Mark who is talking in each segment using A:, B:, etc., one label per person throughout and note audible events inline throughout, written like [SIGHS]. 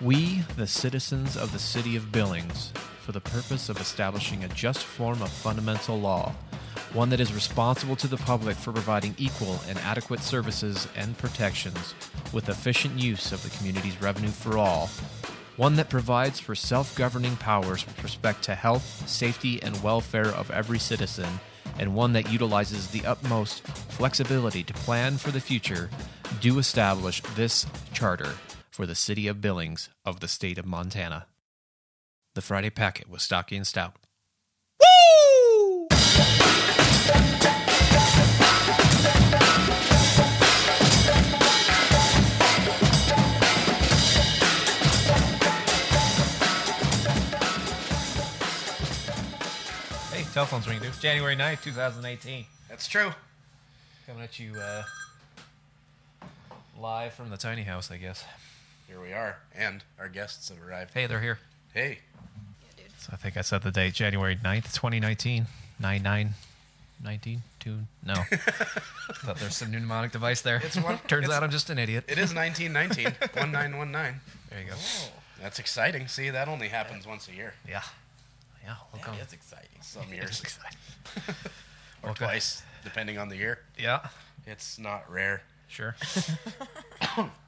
A: We, the citizens of the city of Billings, for the purpose of establishing a just form of fundamental law, one that is responsible to the public for providing equal and adequate services and protections with efficient use of the community's revenue for all, one that provides for self governing powers with respect to health, safety, and welfare of every citizen, and one that utilizes the utmost flexibility to plan for the future, do establish this charter for the City of Billings of the State of Montana. The Friday Packet was stocky and stout. Hey, telephone's ringing, dude. It's January 9th, 2018.
B: That's true.
A: Coming at you uh, live from the tiny house, I guess.
B: Here we are, and our guests have arrived.
A: Hey, they're here.
B: Hey,
A: So I think I said the date, January 9th, 2019. 9 9 19? 2?
B: [LAUGHS]
A: No. thought there's some new mnemonic device there.
B: It's one-
A: Turns
B: it's-
A: out I'm just an idiot.
B: it Oh. is 1919, 1919.
A: there you go.
B: That's exciting. See, that only happens once a year.
A: Yeah. Yeah, welcome.
C: That's exciting.
B: Some years,
A: exciting.
B: [LAUGHS] or
A: Okay.
B: twice, depending on the year.
A: Yeah,
B: It's not rare, [LAUGHS]
A: sure.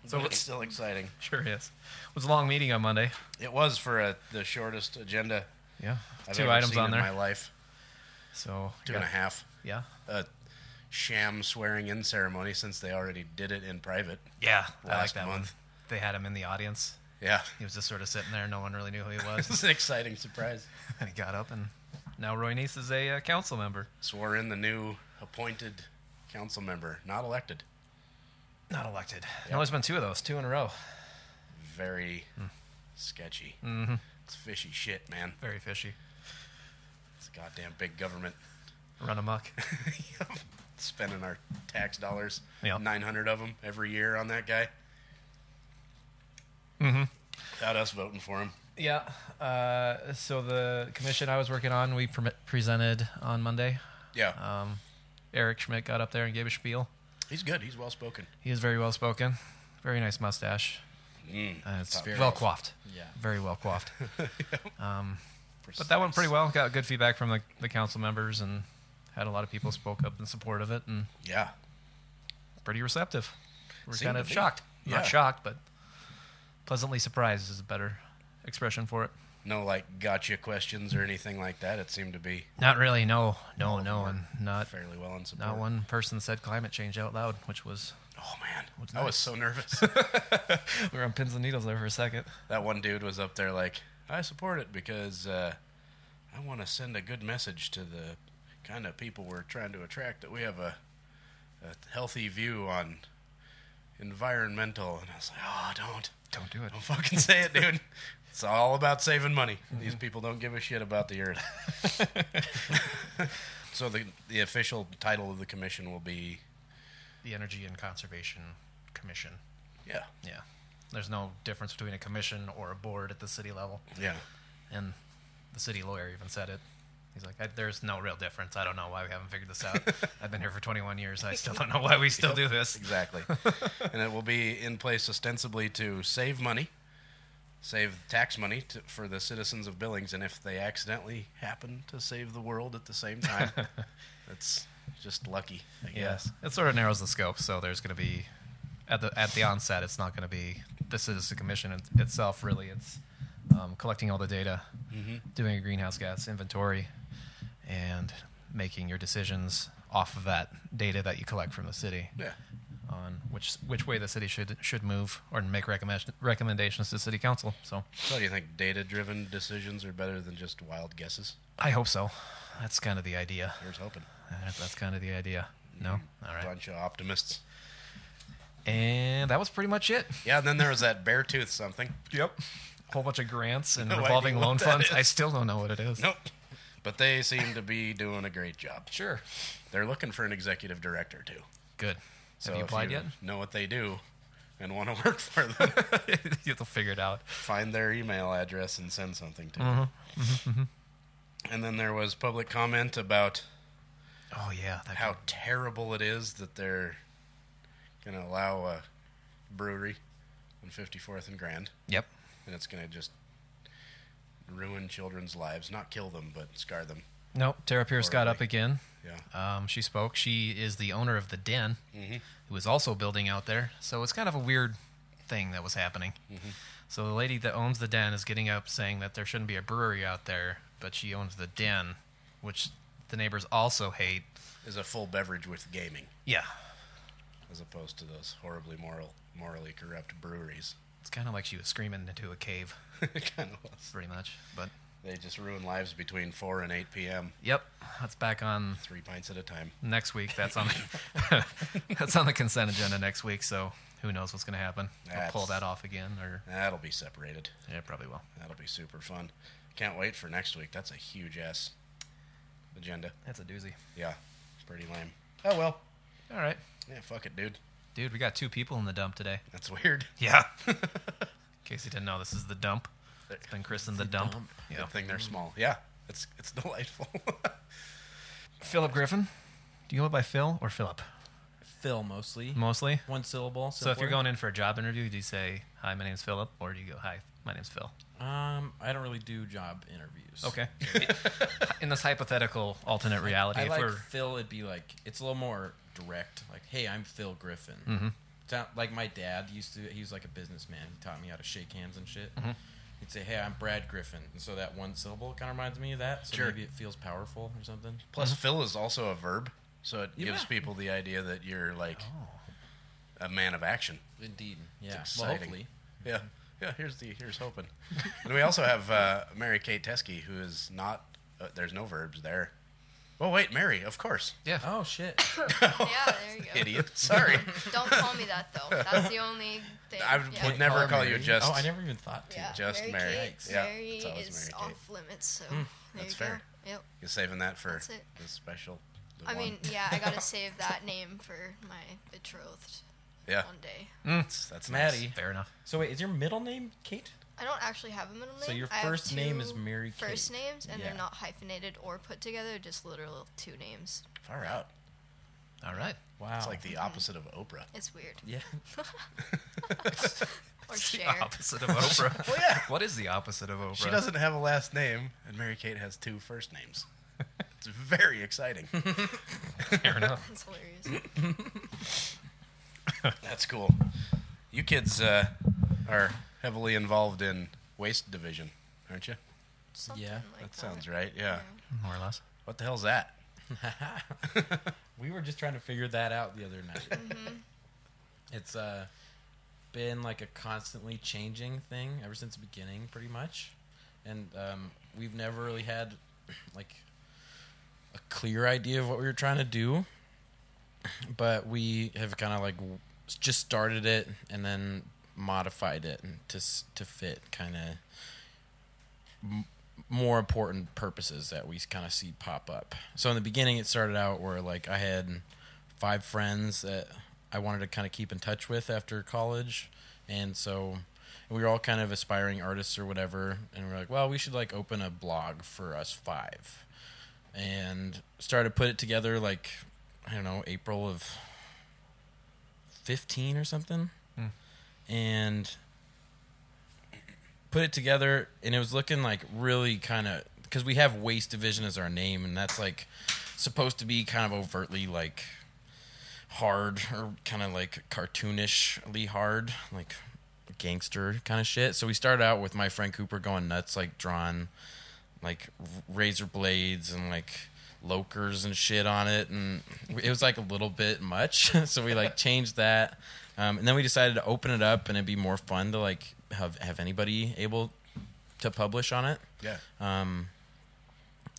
B: so it's still exciting.
A: Sure is. It was a long meeting on Monday.
B: It was for uh the shortest agenda
A: Yeah.
B: I've
A: Two
B: ever
A: items
B: seen
A: on there.
B: in my life.
A: so,
B: Two and a
A: yeah.
B: half.
A: yeah.
B: A sham swearing-in ceremony, since they already did it in private.
A: Yeah. I like
B: Last
A: that one.
B: month.
A: They had him in the audience.
B: Yeah,
A: [LAUGHS] He was just sort of sitting there. No one really knew who he was.
B: [LAUGHS] it's an exciting surprise.
A: And he got up, and now Roy Neese is a uh, council member.
B: Swore in the new appointed council member, not elected.
A: Not elected. No, there's been two of those, two in a row.
B: very
A: Hmm.
B: sketchy.
A: Mm-hmm.
B: It's fishy shit, man.
A: Very fishy.
B: It's goddamn
A: [LAUGHS]
B: big government
A: Run amok.
B: spending our tax dollars,
A: Yeah.
B: 900 of them every year on that guy. Mm-hmm. Without us voting for him.
A: yeah. Uh, so the commission I was working on, we pre- presented on Monday.
B: Yeah,
A: Um, Eric Schmidt got up there and gave a spiel.
B: he's good. He's well spoken.
A: He is very well spoken. Very nice mustache. Uh, it's
B: Top
A: very well
B: shelf.
A: coiffed.
C: Yeah.
A: Very well
B: [LAUGHS]
A: coiffed. Um, But that went pretty well. Got good feedback from the, the council members and had a lot of people spoke up in support of it and
B: Yeah,
A: pretty receptive. We're
B: Seemed
A: kind
B: to
A: of
B: be.
A: shocked.
B: Yeah.
A: Not shocked, but pleasantly surprised is a better expression for it.
B: no like gotcha questions or anything like that. It seemed to be
A: Not really, no. No, no, and not
B: fairly well in support.
A: not one person said climate change out loud, which was
B: Oh man,
A: What's
B: I was
A: next? [LAUGHS]
B: so nervous.
A: we were on pins and needles there for a second.
B: that one dude was up there like, I support it because uh, I want to send a good message to the kind of people we're trying to attract that we have a, a healthy view on environmental. And I was like, oh, don't.
A: Don't do it.
B: Don't fucking say it, dude. [LAUGHS] It's all about saving money.
A: Mm-hmm.
B: These people don't give a shit about
A: [LAUGHS]
B: the earth. [LAUGHS] so the the official title of the commission will be
A: The Energy and Conservation Commission.
B: yeah
A: Yeah. There's no difference between a commission or a board at the city level.
B: yeah
A: And the city lawyer even said it. He's like, I, there's no real difference. I don't know why we haven't figured this [LAUGHS] out. I've been here for 21 years. I still don't know why we still do this.
B: Exactly. and it will be in place ostensibly to save money, save tax money to, for the citizens of Billings, and if they accidentally happen to save the world at the
A: [LAUGHS]
B: same time, that's just lucky, I guess.
A: It sort of narrows the scope. So there's going to be, at the at the onset, it's not going to be the Citizen Commission it- itself. Really, it's um, collecting all the data, doing a greenhouse gas inventory, and making your decisions off of that data that you collect from the city
B: Yeah.
A: on which which way the city should should move or make recommend, recommendations to city council. So
B: So do you think data-driven decisions are better than just wild guesses?
A: I hope so. That's kind of the idea.
B: Here's hoping.
A: That- That's kind of the idea. No, all right.
B: Bunch of optimists.
A: And that was pretty much it.
B: Yeah, and then there was that bear tooth something.
A: Yep. A whole bunch of grants and
B: No
A: revolving
B: idea what
A: loan
B: that
A: funds.
B: is.
A: I still don't know what it is.
B: Nope. But they seem to be doing a great job.
A: Sure.
B: They're looking for an executive director too.
A: Good.
B: So
A: Have you
B: if
A: applied yet?
B: Know what they do, and want to [LAUGHS] work for them.
D: [LAUGHS]
A: You'll figure it out.
B: find their email address and send something to
A: Mm-hmm.
B: them. And then there was public comment about
A: Oh yeah. That
B: how terrible it is that they're going to allow a brewery on 54th and Grand.
A: Yep.
B: and it's going to just ruin children's lives. Not kill them, but scar them.
D: Nope. Tara Pierce got up
B: Horribly.
D: again.
B: Yeah.
A: Uh,
D: Um, she spoke. She is the owner of the den, who is also building out there. So it's kind of a weird thing that was happening. So the lady that owns the den is getting up saying that there shouldn't be a brewery out there, but she owns the den, which the neighbors also hate.
B: Is a full beverage with gaming,
D: Yeah.
B: as opposed to those horribly moral, morally corrupt breweries. [LAUGHS]
D: It's kind of like she was screaming into a cave,
B: kind of was.
D: pretty much. But
B: They just ruin lives between 4 and 8 p.m.,
D: yep, that's back on
B: three pints at a time.
D: next week. That's on that's on the [LAUGHS] consent agenda next week. So who knows what's going to happen? I'll pull
B: That's-
D: that off again, or
B: That'll be separated.
D: yeah, probably will.
B: That'll be super fun. Can't wait for next week. That's a huge ass agenda.
D: That's a doozy.
B: Yeah, pretty lame. Oh well.
D: All right.
B: Yeah, fuck it, dude.
D: Dude, we got two people in the dump today.
B: That's weird.
D: Yeah. [LAUGHS] In case you didn't know, this is the dump. It's been christened the, dump.
C: dump.
D: Yeah.
B: Good thing they're small. Yeah, it's it's [LAUGHS] delightful.
D: Philip Griffin. Do you go by Phil or Philip?
C: Phil mostly.
D: Mostly.
C: One syllable.
D: So if you're
C: simpler.
D: going in for a job interview, do you say, "Hi, my name's Philip," or do you go, "Hi, my name's Phil"?
C: um, I don't really do job interviews.
D: [LAUGHS] Okay. in this hypothetical alternate reality,
C: I
D: if
C: like
D: we're
C: Phil. It'd be like it's a little more direct. Like, hey, I'm Phil Griffin.
D: Mm-hmm.
C: Sound- like my dad used to. He was like a businessman. He taught me how to shake hands and shit.
D: Mm-hmm.
C: He'd say, hey, I'm Brad Griffin. And so that one syllable kind of reminds me of that. So
B: Sure.
C: maybe it feels powerful or something.
B: Plus, Phil is also a verb, so it gives
C: Yeah.
B: people the idea that you're like a man of action.
C: Indeed. Yeah. Well,
B: exciting.
C: hopefully.
B: Yeah, yeah. Here's the here's hoping. and we also have uh, Mary Kate Teskey, who is not. Uh, there's no verbs there. Well, wait, Mary, of course.
D: yeah,
C: Oh shit.
E: Yeah, there you go.
B: [LAUGHS] Idiot. Sorry.
E: Don't call me that though. That's the only thing.
B: I would
E: yeah.
B: would [COUGHS] never
C: Or
B: call
C: Mary.
B: you just.
C: Oh, I never even thought to.
E: yeah.
B: just Mary.
E: Mary.
C: Yikes.
E: Kate.
B: Yeah,
E: Mary
B: it's always
E: is
B: Mary Kate. Hmm,
E: off limits, so there
B: that's
E: you go.
B: fair.
E: Yep.
B: You're saving that for
E: That's it.
B: the special. the
E: I
B: one.
E: mean, yeah, I
B: [LAUGHS]
E: gotta save that name for my betrothed
B: yeah,
E: one day.
B: [LAUGHS] that's, that's nice.
C: Maddie.
D: fair enough.
C: So wait, is your middle name Kate?
E: I don't actually have a middle name.
C: So your
E: I have
C: first name is
E: two
C: Mary
E: First
C: Kate.
E: names, and
C: Yeah.
E: they're not hyphenated or put together, just literal two names.
B: Far out.
D: All right.
C: Wow.
B: It's like the opposite of Oprah.
E: It's weird.
C: yeah.
B: [LAUGHS]
E: Or
D: It's the
E: share.
D: opposite of Oprah.
B: Well, Oh, yeah.
D: What is the opposite of Oprah?
B: She doesn't have a last name, and Mary Kate has two first names. It's very exciting.
D: Fair enough.
E: That's
B: [LAUGHS]
E: hilarious.
B: That's cool. You kids uh, are heavily involved in waste division, aren't you?
E: Something
C: Yeah,
E: like
B: That sounds right. Yeah.
D: More or less.
B: What the hell's that?
C: we were just trying to figure that out the other night. It's uh, been like a constantly changing thing ever since the beginning, pretty much. And um, we've never really had [CLEARS THROAT] like a clear idea of what we were trying to do. But we have kind of like w- just started it and then modified it to s- to fit kind of more important purposes that we kind of see pop up. So in the beginning, it started out where like I had five friends that I wanted to kind of keep in touch with after college, and so we were all kind of aspiring artists or whatever, and we are like, well, we should like open a blog for us five, and started to put it together like I don't know April of fifteen or something, and put it together and it was looking like really kind of because we have waste division as our name and that's like supposed to be kind of overtly like hard or kind of like cartoonishly hard like gangster kind of shit so we started out with my friend cooper going nuts like drawing like r- razor blades and like lokers and shit on it and it was like a little bit much [LAUGHS] so we like changed that um, and then we decided to open it up and it'd be more fun to like have have anybody able to publish on it
B: Yeah.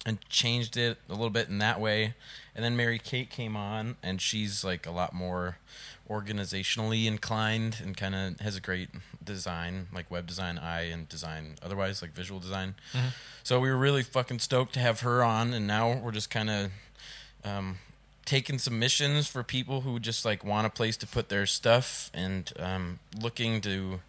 C: and changed it a little bit in that way. And then Mary Kate came on, and she's like a lot more organizationally inclined and kind of has a great design, like web design, eye, and design otherwise, like visual design. So we were really fucking stoked to have her on, and now we're just kind of um, taking submissions for people who just like want a place to put their stuff and um, looking to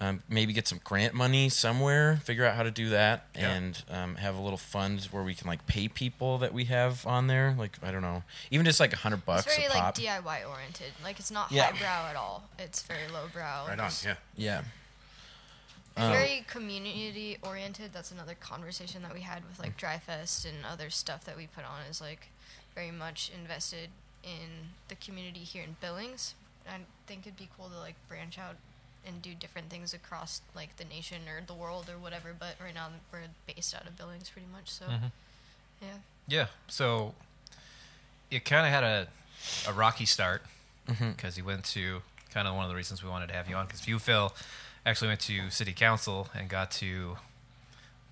C: um, maybe get some grant money somewhere, figure out how to do that,
B: Yeah.
C: and um, have a little fund where we can like pay people that we have on there. Like I don't know, even just like a hundred bucks
E: It's very
C: a pop.
E: like DIY oriented. Like it's not
C: Yeah.
E: highbrow at all. It's very lowbrow.
B: right on.
E: Just-
B: Yeah.
C: yeah.
E: They're very community oriented. That's another conversation that we had with like Dryfest and other stuff that we put on is like very much invested in the community here in Billings. I think it'd be cool to like branch out and do different things across like the nation or the world or whatever. But right now we're based out of Billings pretty much. So yeah,
D: Yeah. So it kind of had a, a rocky start because
C: Mm-hmm.
D: you went to kind of one of the reasons we wanted to have you on because you, Phil, actually went to city council and got to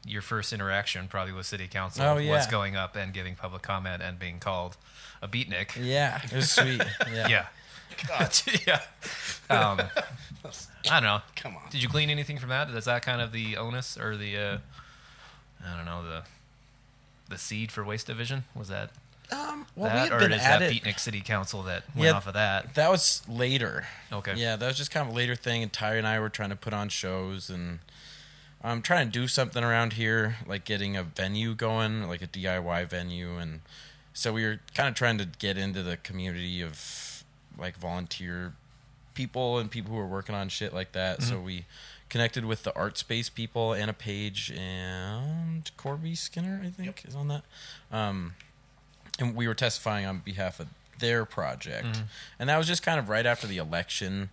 D: your first interaction probably with city council
C: Oh,
D: was
C: yeah.
D: going up and giving public comment and being called a beatnik.
C: Yeah, it was sweet. Yeah.
D: Yeah. [LAUGHS] yeah. Um, I don't know.
B: Come on.
D: Did you glean anything from that? Is that kind of the onus or the, uh, I don't know, the the seed for waste division? Was that
C: Um, well,
D: that,
C: we had
D: or
C: been
D: is
C: at
D: that
C: it.
D: Beatnik City Council that went
C: Yeah.
D: off of
C: [LAUGHS]
D: that?
C: That was later.
D: Okay.
C: Yeah, that was just kind of a later thing. And Tyre and I were trying to put on shows and I'm trying to do something around here, like getting a venue going, like a DIY venue. And so we were kind of trying to get into the community of like volunteer people and people who are working on shit like that. So we connected with the art space people, Anna Page and Corby Skinner, I think, is on that. Um, and we were testifying on behalf of their project,
D: Mm-hmm.
C: and that was just kind of right after the election.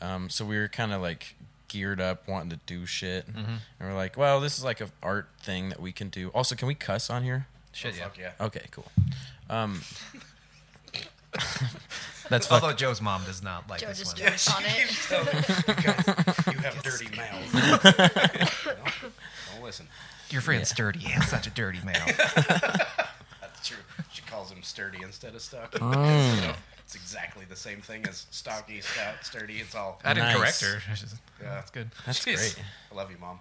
C: Um, so we were kind of like geared up, wanting to do shit,
D: Mm-hmm.
C: and we're like, "Well, this is like a art thing that we can do." Also, can we cuss on here?
D: Shit,
B: Oh,
D: yeah.
B: Fuck yeah.
C: Okay, cool.
D: That's although Joe's mom does not like
E: Joe
D: this
E: just
D: one.
B: [LAUGHS]
E: jokes on it. [LAUGHS]
B: you have dirty mouths. No? [LAUGHS] Don't listen.
D: Your friend's dirty. Yeah, such a dirty
C: [LAUGHS]
D: male.
B: That's true. She calls him sturdy instead of stocky.
E: Oh.
B: [LAUGHS] So it's exactly the same thing as stocky, stout, sturdy. It's all.
D: I didn't
C: Nice.
D: correct her. I was just-
B: Yeah.
D: That's good.
C: That's
D: Jeez.
C: great.
B: I love you, [LAUGHS] mom.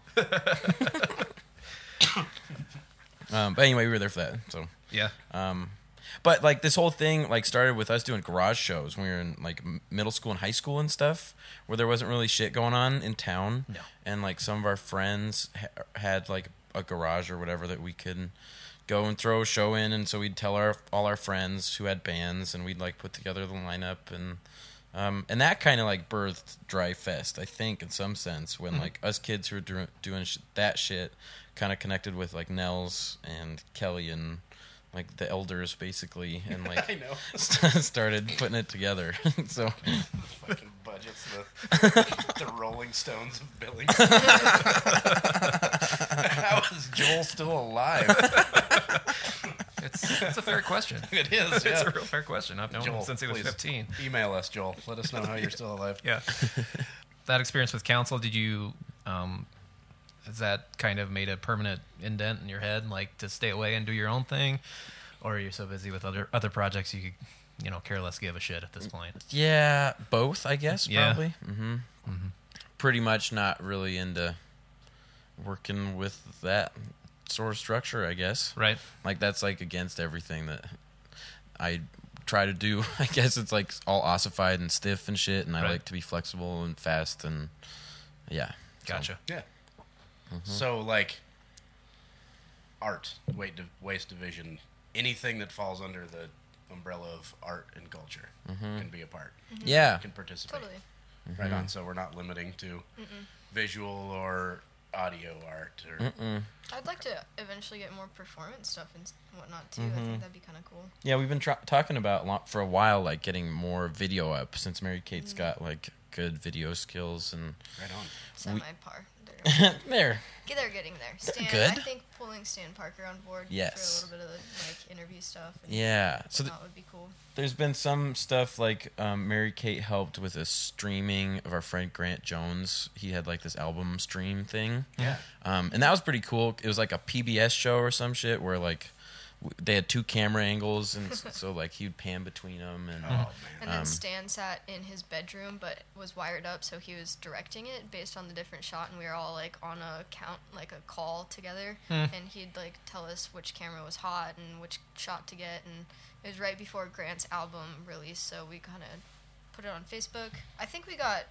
C: Um, but anyway, we were there for that. So
D: Yeah.
C: Uh. But like this whole thing like started with us doing garage shows when we were in like m- middle school and high school and stuff, where there wasn't really shit going on in town.
D: No.
C: And like some of our friends ha- had like a garage or whatever that we could go and throw a show in, and so we'd tell our all our friends who had bands, and we'd like put together the lineup and. Um, and that kind of like birthed Dry Fest, I think, in some sense,
D: Mm-hmm.
C: when like us kids who were doing, doing sh- that shit kind of connected with like Nels and Kelly and like the elders basically, and
B: I
D: [LAUGHS]
C: like [LAUGHS]
B: know.
C: st- started putting it together. [LAUGHS] so
B: Fucking budgets. The, the Rolling Stones of
E: [LAUGHS]
B: Billy. [LAUGHS] How is Joel still alive? [LAUGHS]
D: It's, it's a fair
C: [LAUGHS]
D: question.
B: It [LAUGHS] is.
D: It's
B: Yeah.
D: a real fair question. I've known him
B: Joel,
D: since he was
B: please
D: 15.
B: Email us, Joel. Let us know how you're still alive.
D: [LAUGHS] Yeah. that experience with council, did you, um, has that kind of made a permanent indent in your head, like to stay away and do your own thing? Or are you so busy with other, other projects you could, you know, care less give a shit at this point?
C: yeah, both I guess
D: Yeah.
C: probably. hmm Mm-hmm. Pretty much not really into working with that sort of structure, I guess.
D: Right?
C: Like that's like against everything that I try to do. [LAUGHS] I guess it's like all ossified and stiff and shit, and I
D: Right.
C: like to be flexible and fast and yeah. So-
D: Gotcha.
B: Yeah. So like art, weight di- waste division, anything that falls under the umbrella of art and culture can be a part,
C: Yeah.
B: can participate.
E: Totally.
B: Right on. So we're not limiting to visual or audio art or
E: I'd like to eventually get more performance stuff and s- whatnot too. I think that'd be kind of cool.
C: Yeah, we've been tr- talking about lo- for a while, like getting more video up since Mary Kate's got like good video skills and
B: right on.
E: Semi par. They're,
C: there.
E: they're getting there. Stan, I
C: Good.
E: think pulling Stan Parker on board
C: Yes.
E: for a little bit of the, like interview stuff. And
C: Yeah. So th-
E: that would be cool.
C: there's been some stuff like um, Mary Kate helped with a streaming of our friend Grant Jones. He had like this album stream thing.
B: Yeah.
C: Um, and that was pretty cool. It was like a PBS show or some shit where like w- they had two camera angles and s- [LAUGHS] so like he would pan between them and
B: Oh man.
E: And
C: Um,
E: then Stan sat in his bedroom, but was wired up, so he was directing it based on the different shot, and we were all like on a count, like a call together,
C: Hmm.
E: and he'd like tell us which camera was hot and which shot to get, and it was right before Grant's album release, so we kind of put it on Facebook. I think we got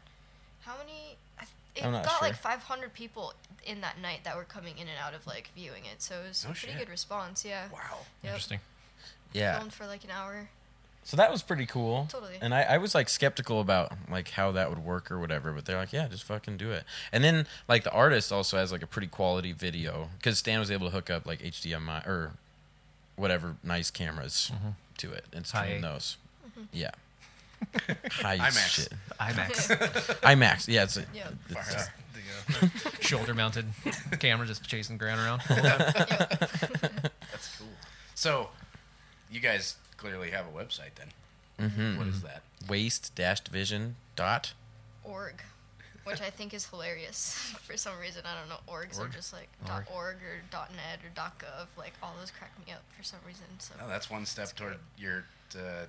E: how many? I th- it
C: I'm not
E: got like
C: sure.
E: 500 people in that night that were coming in and out of like viewing it, so it was
B: Oh,
E: a pretty
B: shit.
E: good response. Yeah.
B: Wow.
E: Yep.
D: Interesting.
C: yeah.
E: Filmed for like an hour.
C: So that was pretty cool.
E: Totally.
C: And I, I was like skeptical about like how that would work or whatever, but they're like, yeah, just fucking do it. And then like the artist also has like a pretty quality video because Stan was able to hook up like HDMI or whatever nice cameras to it and
D: Hi.
C: stream those.
E: Mm-hmm.
C: Yeah. High
B: IMAX.
C: shit.
D: IMAX
C: IMAX. Yeah, it's,
E: Yeah.
C: it's
B: Fire up the, [LAUGHS] uh,
D: [LAUGHS] shoulder mounted [LAUGHS] camera just chasing the ground around.
E: Yep.
B: That's cool. So, you guys clearly have a website then. What is that?
C: waste dash vision dot.
E: Org, which I think is hilarious [LAUGHS] for some reason. I don't know. Orgs
D: Org?
E: are just like
D: Org.
E: .org or .net or .gov. Like all those crack me up for some reason. So
B: Oh, that's one step toward your uh,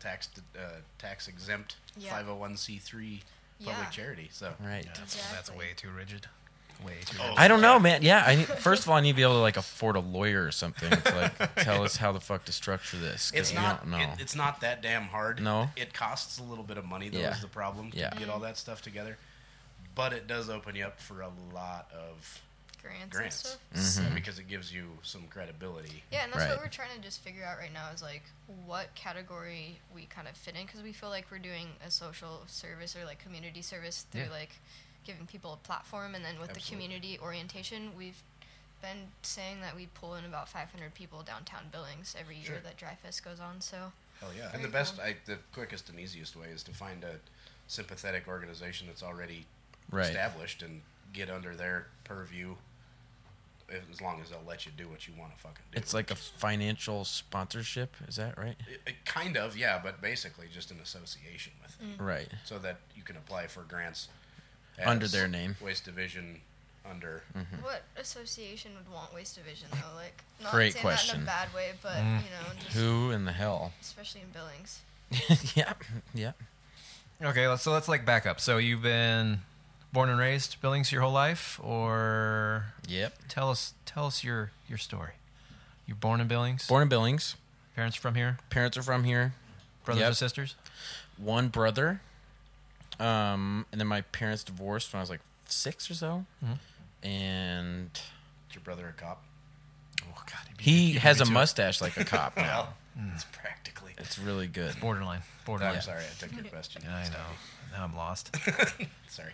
B: tax uh, tax exempt
E: Yeah.
B: 501c3 public
E: Yeah.
B: charity. So
C: Right.
D: That's way too rigid. Way too.
B: Oh.
D: Rigid.
C: I don't know, man. Yeah, I need, first of all, I need to be able to like afford a lawyer or something to like tell us how the fuck to structure this. 'cause
B: It's
C: we
B: not
C: don't know.
B: it, it's not that damn hard.
C: No.
B: It costs a little bit of money though
C: Yeah.
B: is the problem to
C: Yeah.
B: get all that stuff together. But it does open you up for a lot of
E: grants, and
B: grants Mm-hmm.
E: stuff.
C: Mm-hmm.
B: because it gives you some credibility.
E: Yeah, and that's
C: Right.
E: what we're trying to just figure out right now is like what category we kind of fit in because we feel like we're doing a social service or like community service through
D: Yeah.
E: like giving people a platform, and then with the
B: Absolutely.
E: community orientation, we've been saying that we pull in about 500 people downtown Billings every year
B: Sure.
E: that Dry Fest goes on. So
C: Oh,
B: Hell yeah!
E: Very
B: and the best,
E: cool.
B: I, the quickest and easiest way is to find a sympathetic organization that's already
C: Right.
B: established and get under their purview. if- As long as they'll let you do what you want to fucking do.
C: It's like a financial sponsorship. Is that right?
B: It- it kind of, yeah, but basically just an association with it,
E: Mm-hmm.
C: Right.
B: so that you can apply for grants
C: Under
B: as
C: their name. Mm-hmm.
B: Waste Division under.
E: what association would want Waste Division though? Like not
C: Great
E: saying that in
C: question.
E: a bad way, but you know, just
C: Who in
B: [LAUGHS]
C: the hell?
E: especially in Billings.
C: yeah. [LAUGHS] Yeah.
D: Okay, let's, so let's like back up. So you've been born and raised Billings your whole life, or
C: Yep.
D: tell us tell us your your story. You're born in Billings.
C: Born in Billings.
D: Parents from here.
C: Parents are from here.
D: Brothers
C: Yep.
D: and sisters.
C: One brother. Um, and then my parents divorced when I was like six or so.
B: Mm-hmm.
C: And
B: Is your brother a cop?
D: Oh God, you beat me- you
C: he
D: beat
C: has
D: me
C: a
D: to it.
C: mustache like a cop now.
B: [LAUGHS] Well, it's practically.
C: It's really good.
D: Borderline.
B: I'm
D: Borderline.
B: sorry, I took your question.
D: I know. Now I'm lost.
B: Sorry.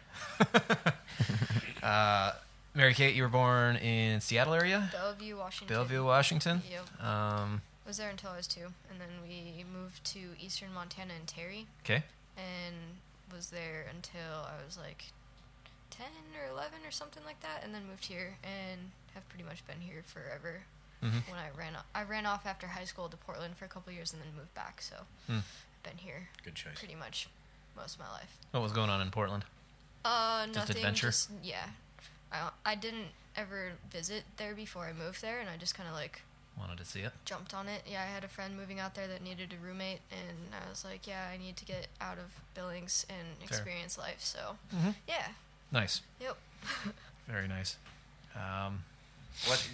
D: [LAUGHS] Mary Kate, you were born in Seattle area,
E: Bellevue, Washington.
D: Bellevue, Washington.
E: Yep.
D: Um,
E: was there until I was two, and then we moved to eastern Montana and Terry,
D: okay.
E: and was there until I was like ten or eleven or something like that, and then moved here and have pretty much been here forever.
C: Mm-hmm.
E: When I ran, o- I ran off after high school to Portland for a couple years and then moved back. So
C: Hmm.
E: I've been here
B: Good choice.
E: pretty much most of my life.
D: What was going on in Portland?
E: Uh,
D: Just
E: nothing.
D: adventure?
E: Just, yeah, I I didn't ever visit there before I moved there, and I just kind of like
D: Wanted to see it.
E: jumped on it. Yeah, I had a friend moving out there that needed a roommate, and I was like, yeah, I need to get out of Billings and experience life. So, yeah,
D: Nice.
E: yep.
D: Very nice. Um,
B: What?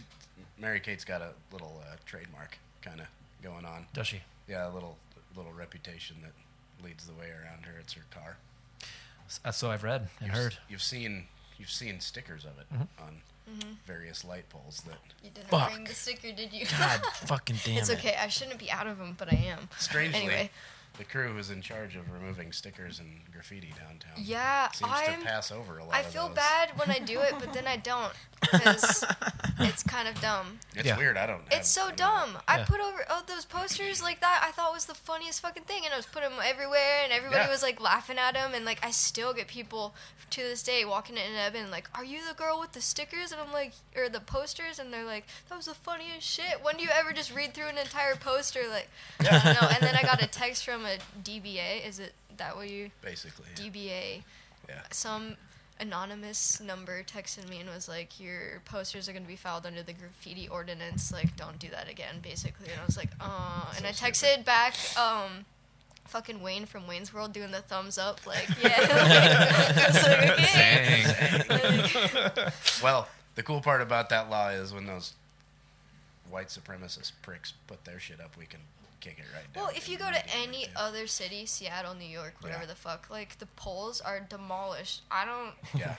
B: Mary Kate's got a little uh, trademark kind of going on.
D: does she?
B: Yeah, a little little reputation that leads the way around her. It's her car.
D: S- So I've read and
B: You've-
D: heard.
B: You've seen you've seen stickers of it
D: Mm-hmm.
B: on
E: Mm-hmm.
B: various light poles. That
E: You didn't
C: Fuck.
E: bring the sticker, did you? [LAUGHS]
C: God fucking damn
E: it's
C: it.
E: okay. I shouldn't be out of them, but I am.
B: strangely,
E: Anyway,
B: the crew who's in charge of removing stickers and graffiti downtown.
E: Yeah,
B: seems
E: I'm-
B: to pass over a lot.
E: I
B: of
E: feel
B: those.
E: bad when I do it, but then I don't because it's kind of dumb.
B: It's
D: Yeah.
B: weird. I don't. have-
E: It's so
B: I'm
E: dumb.
B: not-
E: I
D: Yeah.
E: put over oh, those posters like that. I thought was the funniest fucking thing, and I was putting them everywhere, and everybody
B: Yeah.
E: was like laughing at them, and like I still get people to this day walking in and out and like, "Are you the girl with the stickers?" And I'm like, or the posters, and they're like, "That was the funniest shit." When do you ever just read through an entire poster? Like, I don't know. And then I got a text from a DBA. Is it that way you
B: Basically, yeah.
E: DBA?
B: yeah.
E: some anonymous number texted me and was like, "Your posters are going to be filed under the graffiti ordinance. Like, don't do that again." Basically, and I was like, "Uh," and I
B: So
E: texted back, um, fucking Wayne from Wayne's World doing the thumbs up, like, yeah. [LAUGHS] I was like, okay.
D: [LAUGHS] Dang.
E: [LAUGHS]
B: [LAUGHS] Well, the cool part about that law is when those white supremacist pricks put their shit up, we can kick it right down.
E: Well, if you go
B: Right
E: to any
B: down.
E: other city, Seattle, New York, whatever
B: Yeah.
E: the fuck, like the poles are demolished. I don't.
B: yeah,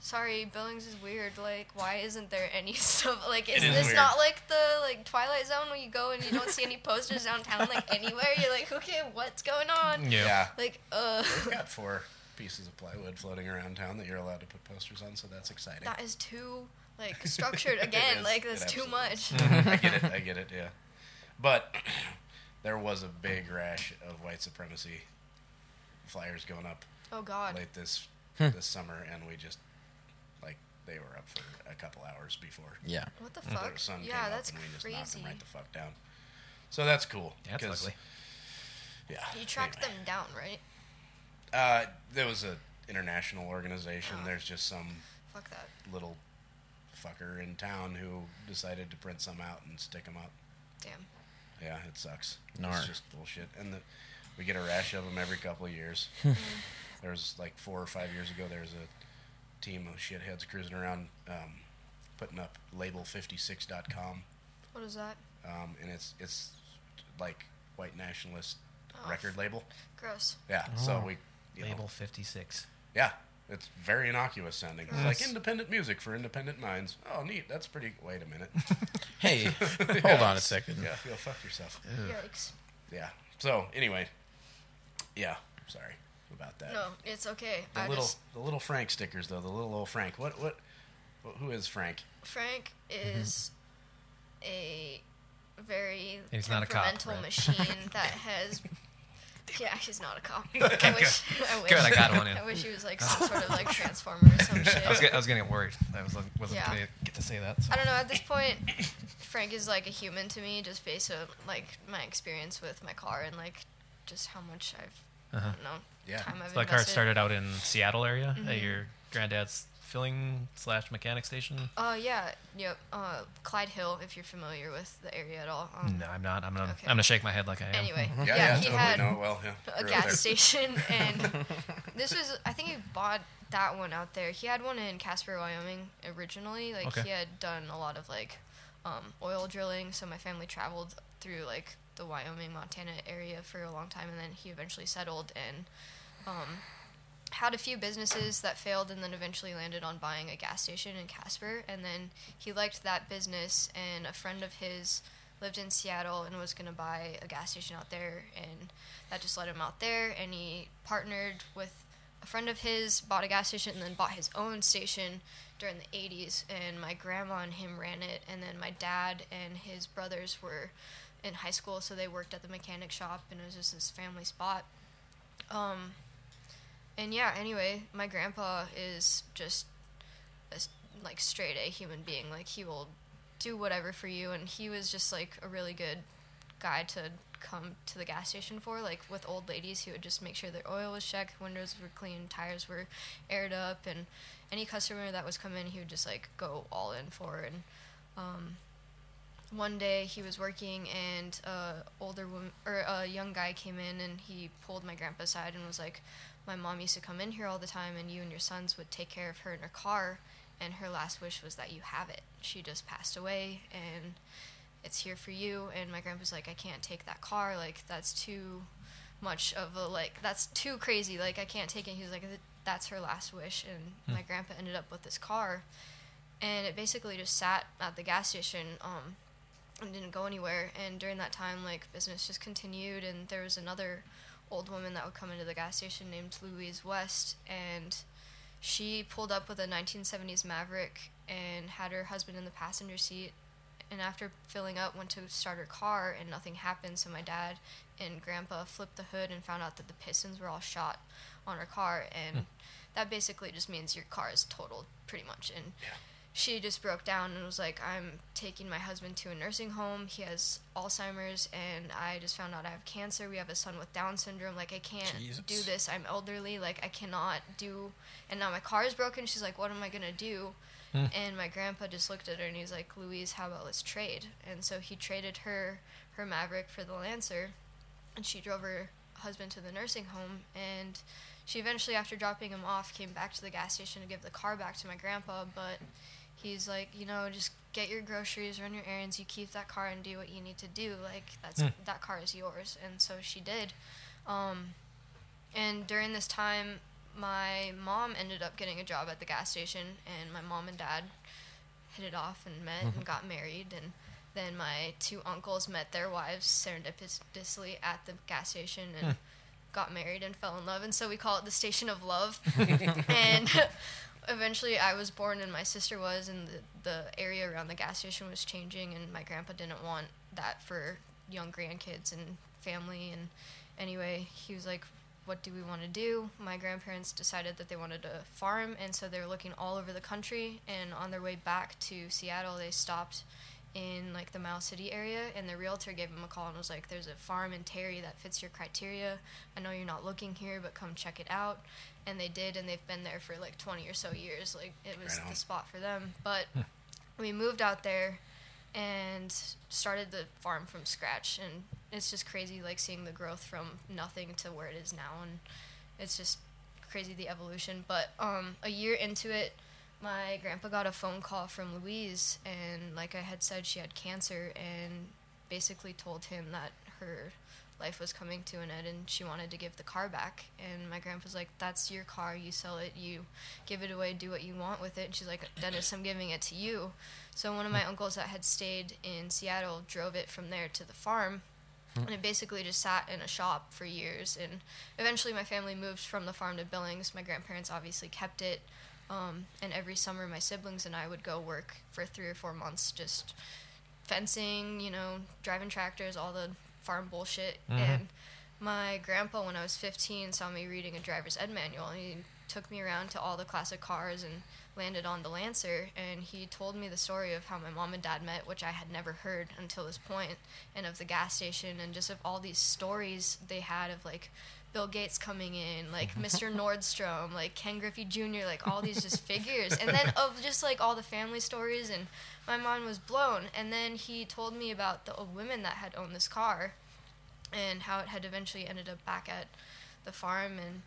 E: sorry, Billings is weird. Like, why isn't there any [LAUGHS] stuff? Like, is
B: is
E: this
B: weird.
E: not like the like Twilight Zone where you go and you don't see any posters downtown like anywhere? You're like, okay, what's going on?
B: Yeah.
E: Like, uh,
B: [LAUGHS] We've got four pieces of plywood floating around town that you're allowed to put posters on, so that's exciting.
E: that is too like
B: [LAUGHS]
E: structured
B: It is.
E: again.
B: Mm.
E: Like,
B: It
E: that's too
B: absolutely [LAUGHS]
E: much.
B: I get it. I get it. Yeah, but [CLEARS THROAT] there was a big rash of white supremacy flyers going up
E: Oh God.
B: late this this summer, and we just like they were up for a couple hours before
C: Yeah.
E: What the
B: their
E: fuck?
B: sun came
E: Yeah,
B: up,
E: that's
B: and we just knocked
E: crazy.
B: them right the fuck down. So that's cool.
D: That's
B: 'cause-
D: ugly.
B: Yeah.
E: You tracked
B: anyway.
E: them down, right?
B: Uh, there was a international organization.
E: Oh.
B: There's just some
E: Fuck that.
B: little fucker in town who decided to print some out and stick them up.
E: Damn.
B: Yeah, it sucks.
C: Gnar.
B: It's just bullshit. And the, we get a rash of them every couple of
D: [LAUGHS]
B: years. there was like four or five years ago, there was a team of shitheads cruising around um, putting up label56.com.
E: What is that?
B: Um, and it's, it's like white nationalist
E: Oh.
B: record label.
E: Gross.
B: Yeah, so
E: Oh.
B: we. You know,
D: Label 56.
B: yeah, it's very innocuous sounding. It's
D: Nice.
B: like independent music for independent minds. Oh, neat. That's pretty. Wait a
E: [LAUGHS]
B: minute. [LAUGHS]
C: Hey, hold on a second.
B: yeah, you'll fuck yourself.
E: Yikes.
B: Yeah. So anyway, yeah. Sorry about that.
E: No, it's okay.
B: The
E: I
B: little
E: just
B: the little Frank stickers though. The little old Frank. What what? wh- Who is Frank?
E: Frank
D: Mm-hmm.
E: is a very
D: He's not a cop,
E: temperamental
D: right?
E: machine
D: [LAUGHS]
E: that has. Yeah, he's not a cop. I wish. I wish.
D: Good, I got one in.
E: I wish he was
D: [LAUGHS]
E: like some sort of like transformer or some shit.
D: I was, get, I was getting worried. I was, wasn't
E: Yeah.
D: gonna get to say that. So.
E: I don't know. At this point, Frank is like a human to me, just based on like my experience with my car and like just how much I've I don't know
B: Yeah.
E: time I've
D: Uh-huh. So that car
E: invested. Mm-hmm.
D: started out in Seattle area at your granddad's filling slash mechanic station.
E: Uh, yeah, yep. Uh, Clyde Hill, if you're familiar with the area at all. Um,
D: No, I'm not. I'm gonna.
E: Okay.
D: I'm gonna shake my head like I am.
E: Anyway, yeah,
B: [LAUGHS] Yeah,
E: he
B: totally
E: had
B: know it well. Yeah,
E: a
B: Grew up
E: gas
B: there.
E: station, and this was I think he bought that one out there. He had one in Casper, Wyoming originally. Like
D: Okay.
E: he had done a lot of like um, oil drilling, so my family traveled through like the Wyoming, Montana area for a long time, and then he eventually settled and um, had a few businesses that failed, and then eventually landed on buying a gas station in Casper, and then he liked that business, and a friend of his lived in Seattle and was going to buy a gas station out there, and that just led him out there. And he partnered with a friend of his, bought a gas station, and then bought his own station during the 80s. And my grandma and him ran it, and then my dad and his brothers were in high school, so they worked at the mechanic shop, and it was just this family spot. Um, and yeah, anyway, my grandpa is just a, s- like straight A human being. Like he will do whatever for you, and he was just like a really good guy to come to the gas station for. Like with old ladies, he would just make sure their oil was checked, windows were clean, tires were aired up, and any customer that was coming, he would just like go all in for. And um, one day he was working, and a older woman or a young guy came in, and he pulled my grandpa aside and was like, "My mom used to come in here all the time, and you and your sons would take care of her in her car." And her last wish was that you have it. She just passed away, and it's here for you and my grandpa's like i can't take that car like that's too much of a like that's too crazy like i can't take it he's like that's her last wish and my grandpa ended up with this car and it basically just sat at the gas station um, and didn't go anywhere and during that time like business just continued and there was another old woman that would come into the gas station named louise west and she pulled up with a 1970s maverick and had her husband in the passenger seat and after filling up went to start her car and nothing happened so my dad and grandpa flipped the hood and found out that the pistons were all shot on her car and that basically just means your car is totaled pretty much and she just broke down and was like i'm taking my husband to a nursing home he has alzheimer's and i just found out i have cancer we have a son with down syndrome like i can't do
C: Jesus.
E: this i'm elderly like i cannot do and now my car is broken she's like what am i going to do and my grandpa just looked at her and he's like, Louise, how about let's trade? And so he traded her her Maverick for the Lancer, and she drove her husband to the nursing home. And she eventually, after dropping him off, came back to the gas station to give the car back to my grandpa. But he's like, you know, just get your groceries, run your errands, you keep that car and do what you need to do. Like that's that car is yours. And so she did. Um, and during this time, my mom ended up getting a job at the gas station, and my mom and dad hit it off and met and got married. And then my two uncles met their wives serendipitously at the gas station and got married and fell in love. And so we call it the Station of Love. and [LAUGHS] eventually I was born and my sister was, and the, the area around the gas station was changing, and my grandpa didn't want that for young grandkids and family. And anyway, he was like, what do we want to do? My grandparents decided that they wanted to farm, and so they were looking all over the country. And on their way back to Seattle, they stopped in like the Mile City area, and the realtor gave them a call and was like, "There's a farm in Terry that fits your criteria. I know you're not looking here, but come check it out." And they did, and they've been there for like 20 or so years. Like it was
B: Right on.
E: the spot for them. But we moved out there and started the farm from scratch and it's just crazy like seeing the growth from nothing to where it is now and it's just crazy the evolution but um, a year into it my grandpa got a phone call from louise and like i had said she had cancer and basically told him that her life was coming to an end and she wanted to give the car back and my grandpa's like that's your car you sell it you give it away do what you want with it and she's like dennis i'm giving it to you so one of my uncles that had stayed in seattle drove it from there to the farm and it basically just sat in a shop for years and eventually my family moved from the farm to billings my grandparents obviously kept it um, and every summer my siblings and i would go work for three or four months just fencing, you know, driving tractors, all the farm bullshit. And my grandpa, when I was 15, saw me reading a driver's ed manual. And he took me around to all the classic cars and landed on the Lancer. And he told me the story of how my mom and dad met, which I had never heard until this point, and of the gas station and just of all these stories they had of like. Bill Gates coming in, like Mr. Nordstrom, like Ken Griffey Jr., like all these just figures. And then of just like all the family stories and my mind was blown. And then he told me about the women that had owned this car and how it had eventually ended up back at the farm and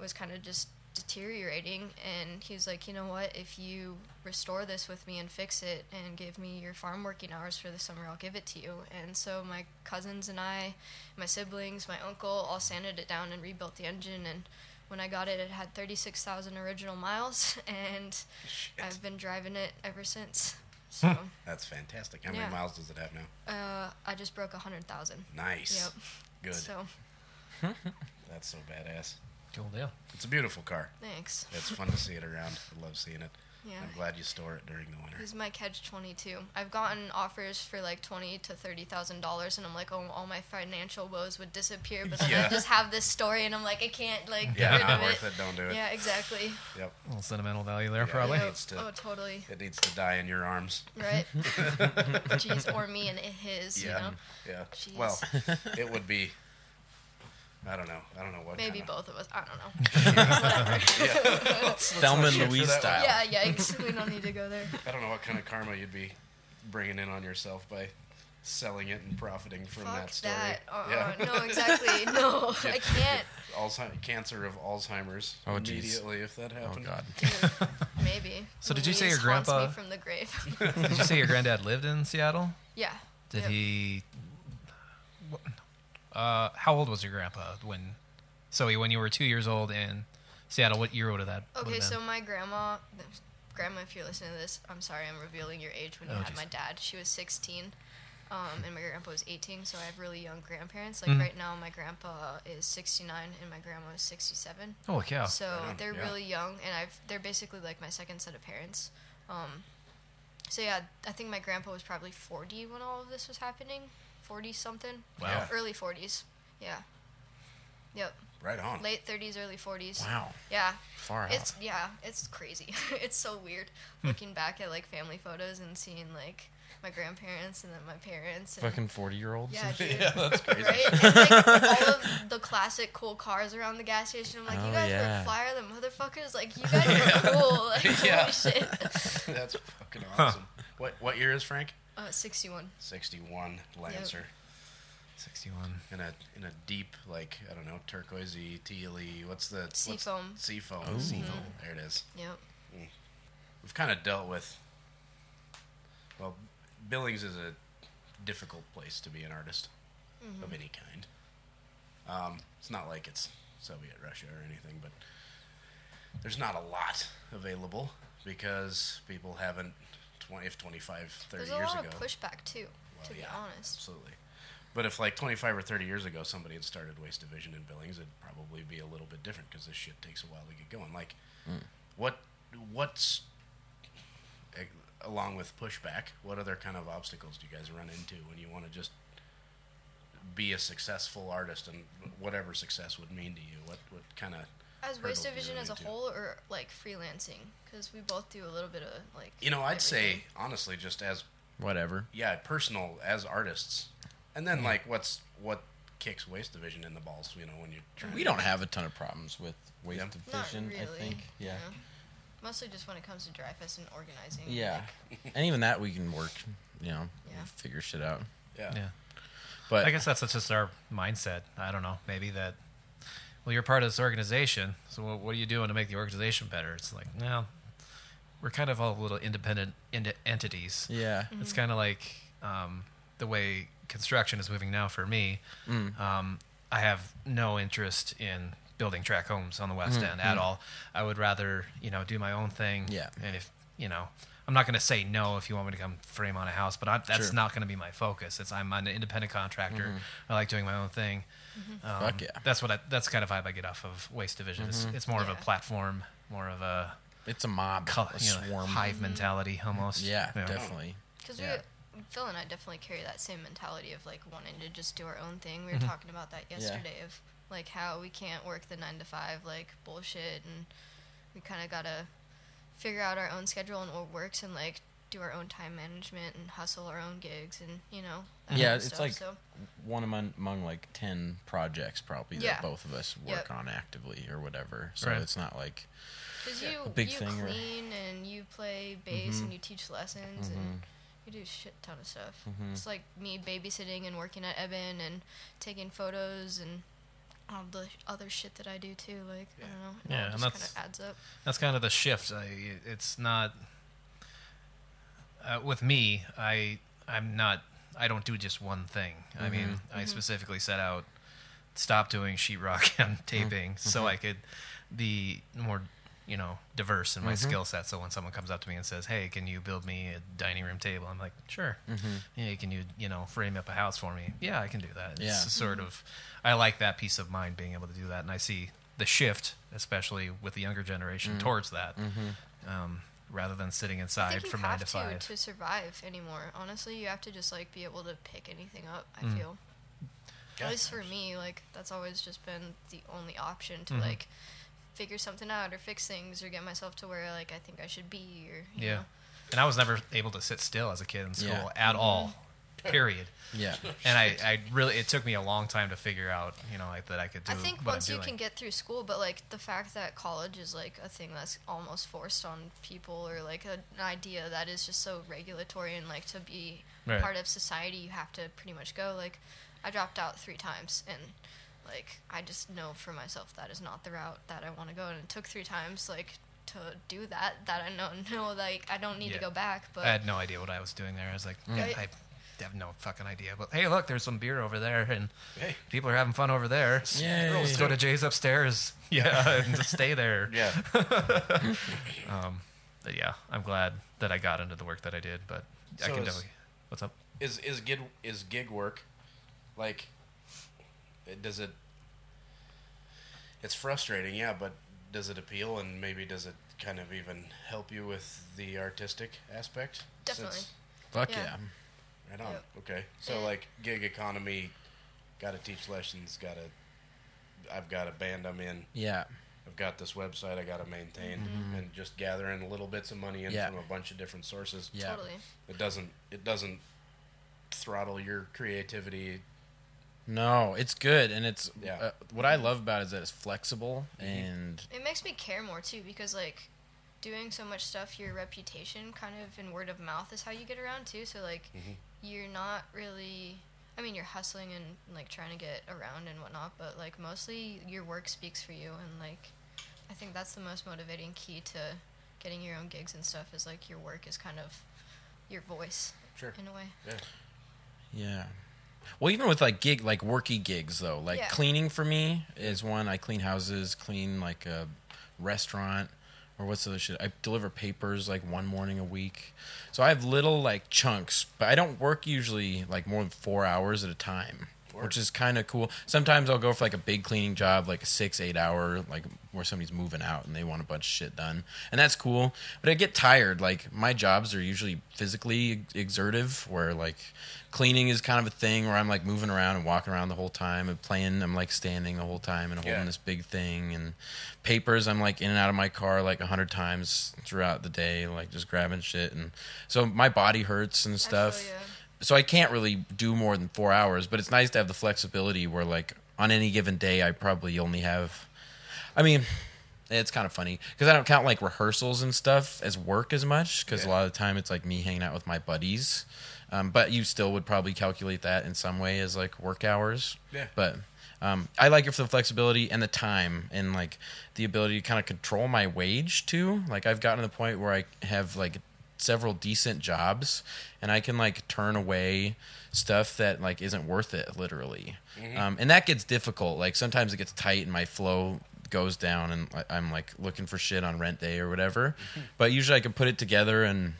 E: was kind of just deteriorating. And he was like, you know what? If you restore this with me and fix it and give me your farm working hours for the summer, I'll give it to you. And so my cousins and I, my siblings, my uncle all sanded it down and rebuilt the engine. And when I got it, it had 36,000 original miles. [LAUGHS] And I've been driving it ever since. So
B: That's fantastic. How
E: Yeah.
B: many miles does it have now?
E: uh, I just broke 100,000.
B: Nice.
E: Yep.
B: Good.
E: So
B: That's so badass.
D: Cool deal.
B: It's a beautiful car.
E: thanks.
B: It's fun to see it around. I love seeing it.
E: Yeah.
B: I'm glad you store it during the winter.
E: This is my catch 22. I've gotten offers for like 20 to 30,000 dollars and I'm like, "Oh, all my financial woes would disappear." But then
B: Yeah.
E: I just have this story and I'm like, I can't like get
B: Yeah,
E: rid
B: not
E: of
B: worth
E: it.
B: it. Don't do it.
E: Yeah, exactly.
B: Yep.
D: A little sentimental value there,
B: Yeah.
D: probably.
E: Yep.
B: needs to-
E: Oh, totally.
B: It needs to die in your arms.
E: [LAUGHS] Right. Jeez, or me and his,
B: Yeah.
E: you know.
B: Yeah.
E: Jeez. [LAUGHS]
B: Well, it would be. I don't know. I don't know what.
E: Maybe
B: kinda-
E: both of us. I don't
B: [LAUGHS]
E: know.
C: Thelma and
B: shoot for
C: Louise
B: that one.
C: style.
E: [LAUGHS] Yeah, yikes. We don't need to go there.
B: I don't know what kind of karma you'd be bringing in on yourself by selling it and profiting from
E: Fuck
B: that story.
E: Uh,
B: yeah. [LAUGHS]
E: No, exactly. No, I can't.
B: Alzheimer's, cancer of Alzheimer's
C: Oh, geez.
B: immediately if that
C: Oh
B: happened.
C: God.
E: Maybe.
D: So did you say
E: Louise
D: your
E: haunts
D: grandpa-
E: Me from the grave. [LAUGHS]
D: Did you say your granddad lived in Seattle?
E: yeah.
D: Did
E: Yep.
D: he? Uh, how old was your grandpa when? So when you were two years old in Seattle, what year would have that? would
E: Okay,
D: have
E: so
D: been?
E: my grandma, grandma, if you're listening to this, I'm sorry, I'm revealing your age. When you
D: Oh,
E: had
D: jeez.
E: my dad, she was 16, um, and my grandpa was 18. So I have really young grandparents.
D: Mm-hmm.
E: Like right now, my grandpa is 69 and my grandma is 67.
D: oh yeah.
E: So
B: Right on,
E: they're
B: yeah.
E: really young, and I've they're basically like my second set of parents. Um, so yeah, I think my grandpa was probably 40 when all of this was happening, 40 something.
D: Wow.
B: Yeah.
E: Early 40s. Yeah. Yep.
B: Right on.
E: Late 30s, early 40s.
C: Wow.
E: Yeah.
C: Far out.
E: It's yeah, it's crazy. [LAUGHS] it's so weird
B: Hmm.
E: looking back at like family photos and seeing like my grandparents and then my parents. And,
C: Fucking forty year
B: [LAUGHS]
C: olds.
E: yeah, dude.
B: That's crazy.
E: Right? And, like, all of the classic cool cars around the gas station. I'm like,
C: Oh,
E: you guys
C: yeah.
E: were flyer than motherfuckers. Like, you
B: [LAUGHS]
E: guys are cool. Like,
B: [LAUGHS] Yeah.
E: holy shit.
B: [LAUGHS] That's fucking awesome. What what year is Frank?
E: [LAUGHS] Uh, 61.
B: 61 Lancer.
D: Sixty-one.
B: in a in a deep like I don't know turquoisey tealy. What's the what's-
E: Seafoam.
B: Seafoam.
C: Ooh.
B: Seafoam. There it is.
E: Yep.
B: We've kind of dealt with. Well, Billings is a difficult place to be an artist
E: Mm-hmm.
B: of any kind. Um, it's not like it's Soviet Russia or anything, but there's not a lot available because people haven't 20 if 25 30
E: There's a
B: years
E: lot
B: ago
E: of pushback too,
B: Well,
E: to be
B: yeah,
E: honest.
B: Absolutely. But if like 25 or 30 years ago somebody had started Waste Division in Billings, it'd probably be a little bit different because this shit takes a while to get going. Like, what what's eh, along with pushback? What other kind of obstacles do you guys run into when you want to just be a successful artist and whatever success would mean to you? What what kind of
E: As
B: hurdles
E: Waste
B: do you
E: Division
B: run
E: as a
B: into?
E: whole, or like freelancing, because we both do a little bit of like.
B: You know, I'd say
E: everything.
B: honestly, just as
C: Whatever.
B: yeah, personal as artists. And then like what's what kicks waste division in the balls, you know, when you're trying
C: We don't have a ton of problems with waste
B: Yeah.
E: Not
C: division.
E: really,
C: I think. Yeah.
E: no. Mostly just when it comes to dry fest and organizing.
C: Yeah.
E: like,
C: and even that we can work. You know,
E: Yeah.
C: figure shit out.
B: yeah.
D: Yeah.
C: But
D: I guess that's just our mindset. I don't know. Maybe that. Well, you're part of this organization, so what, what are you doing to make the organization better? It's like, no, we're kind of all little independent ind- entities.
C: yeah.
E: Mm-hmm.
D: It's kind of like um, the way construction is moving now for me.
C: Mm.
D: Um, I have no interest in building track homes on the West End at all. I would rather, you know, do my own thing.
C: Mm, Yeah.
D: And if, you know, I'm not going to say no if you want me to come frame on a house, but I, that's
C: Sure. Mm-hmm.
D: not going to be my focus. It's I'm an independent contractor. I like doing my own thing. Um,
C: Fuck yeah. Mm-hmm.
D: That's what I, that's the kind of vibe I get off of Waste Division. It's, it's more of
E: Yeah.
D: a platform, more of a,
C: It's a mob,
D: col-
C: a
D: you know,
C: swarm.
D: hive mentality almost.
C: Yeah,
D: You know?
C: definitely.
E: Because
C: Yeah.
E: we, Phil and I definitely carry that same mentality of like wanting to just do our own thing. We
C: Mm-hmm.
E: were talking about that yesterday of like how we can't work the nine to five like bullshit, and we kind of gotta figure out our own schedule and what works, and like do our own time management and hustle our own gigs, and you know. that
C: Yeah,
E: kind of
C: it's
E: stuff.
C: like
E: so,
C: one among, among like 10 projects probably
E: Yeah.
C: that both of us work
E: Yep.
C: on actively or whatever. So
D: Right.
C: it's not like,
E: because you
C: big
E: you
C: thing or- Mm-hmm.
E: clean and you play bass and you teach lessons and. You do a shit ton of stuff.
C: Mm-hmm.
E: It's like me babysitting and working at Eben and taking photos and all the other shit that I do too. Like I don't know. It
D: Yeah, and
E: all just kind
D: that's-
E: of adds up.
D: that's kind of the shift. I, it's not uh, with me. I I'm not. I don't do just one thing. I mean,
E: Mm-hmm.
D: I specifically set out stop doing sheetrock [LAUGHS] and taping so I could be more you know diverse in my skill set. So when someone comes up to me and says, "Hey, can you build me a dining room table?" I'm like, "Sure." Yeah, can you you know frame up a house for me? Yeah, I can do that.
C: Yeah.
D: It's sort
E: Mm-hmm.
D: of I like that peace of mind being able to do that, and I see the shift, especially with the younger generation, towards that. Um, rather than sitting
E: I
D: inside
E: think you
D: from nine
E: have
D: to
E: to
D: five,
E: to survive anymore. Honestly, you have to just like be able to pick anything up. I
D: Mm.
E: feel.
B: Yeah.
E: At least for me, like that's always just been the only option
D: Mm-hmm.
E: to like figure something out or fix things or get myself to where like I think I should be or you
D: yeah.
E: know.
D: And I was never able to sit still as a kid in school
C: Yeah.
E: Mm-hmm.
D: at all, period.
C: yeah.
D: And I, I really, it took me a long time to figure out, you know, like that I could do.
E: I think
D: what
E: once
D: I'm
E: you
D: doing.
E: can get through school, but like the fact that college is like a thing that's almost forced on people, or like an idea that is just so regulatory, and like to be
D: Right.
E: part of society, you have to pretty much go. Like, I dropped out three times, and like I just know for myself that is not the route that I want to go, and it took three times like to do that. That I know, [LAUGHS] no, like I don't need
D: Yeah.
E: to go back, but
D: I had no idea what I was doing there. I was like,
C: Mm.
E: Yeah.
D: I have no fucking idea. But hey, look, there's some beer over there, and
B: Hey.
D: people are having fun over there.
C: Yay.
D: Let's go to Jay's upstairs.
E: [LAUGHS]
D: Yeah, [LAUGHS] and just stay there.
B: Yeah.
D: But yeah, I'm glad that I got into the work that I did. But I
B: So
D: can
B: is-
D: definitely. What's up?
B: is is gig is gig work like it- does it it's frustrating, yeah, but does it appeal and maybe does it kind of even help you with the artistic aspect?
E: Definitely.
B: Since-
C: [LAUGHS] Fuck yeah.
E: Yeah.
B: right on.
E: Yep.
B: Okay. So
E: Yeah.
B: like gig economy, got to teach lessons, got to I've got a band I'm in.
C: Yeah.
B: I've got this website I got to maintain and just gathering little bits of money in
C: Mm-hmm. Yeah.
B: from a bunch of different sources.
C: Yeah.
E: totally.
B: It doesn't it doesn't throttle your creativity.
C: No, it's good. And it's,
B: Yeah.
C: uh, what I love about it is that it's flexible
D: Mm-hmm.
C: and
E: It makes me care more too because like doing so much stuff, your reputation kind of in word of mouth is how you get around too. So like you're not really. I mean, you're hustling and like trying to get around and whatnot, but like mostly your work speaks for you, and like I think that's the most motivating key to getting your own gigs and stuff is like your work is kind of your voice
B: Sure.
E: in a way.
B: Yeah.
C: Yeah. Well, even with like gig, like worky gigs though, like
E: Yeah.
C: cleaning for me is one. I clean houses, clean like uh, restaurant or what's the other shit? I deliver papers like one morning a week. So I have little like chunks, but I don't work usually like more than four hours at a time, which is kind of cool. Sometimes I'll go for like a big cleaning job, like a six, eight hour, like where somebody's moving out and they want a bunch of shit done. And that's cool. But I get tired. Like my jobs are usually physically ex- exertive, where like cleaning is kind of a thing where I'm like moving around and walking around the whole time and playing. I'm like standing the whole time and holding
B: Yeah.
C: this big thing and papers. I'm like in and out of my car like a hundred times throughout the day, like just grabbing shit. And so my body hurts and stuff.
E: ya.
C: So I can't really do more than four hours, but it's nice to have the flexibility where like on any given day, I probably only have, I mean, it's kind of funny because I don't count like rehearsals and stuff as work as much because a lot of the time it's like me hanging out with my buddies. Um, but you still would probably calculate that in some way as like work hours.
B: Yeah.
C: But um, I like it for the flexibility and the time and like the ability to kind of control my wage too. Like I've gotten to the point where I have like several decent jobs and I can like turn away stuff that like isn't worth it literally. Um, and that gets difficult. Like sometimes it gets tight and my flow goes down and I- I'm like looking for shit on rent day or whatever. But usually I can put it together and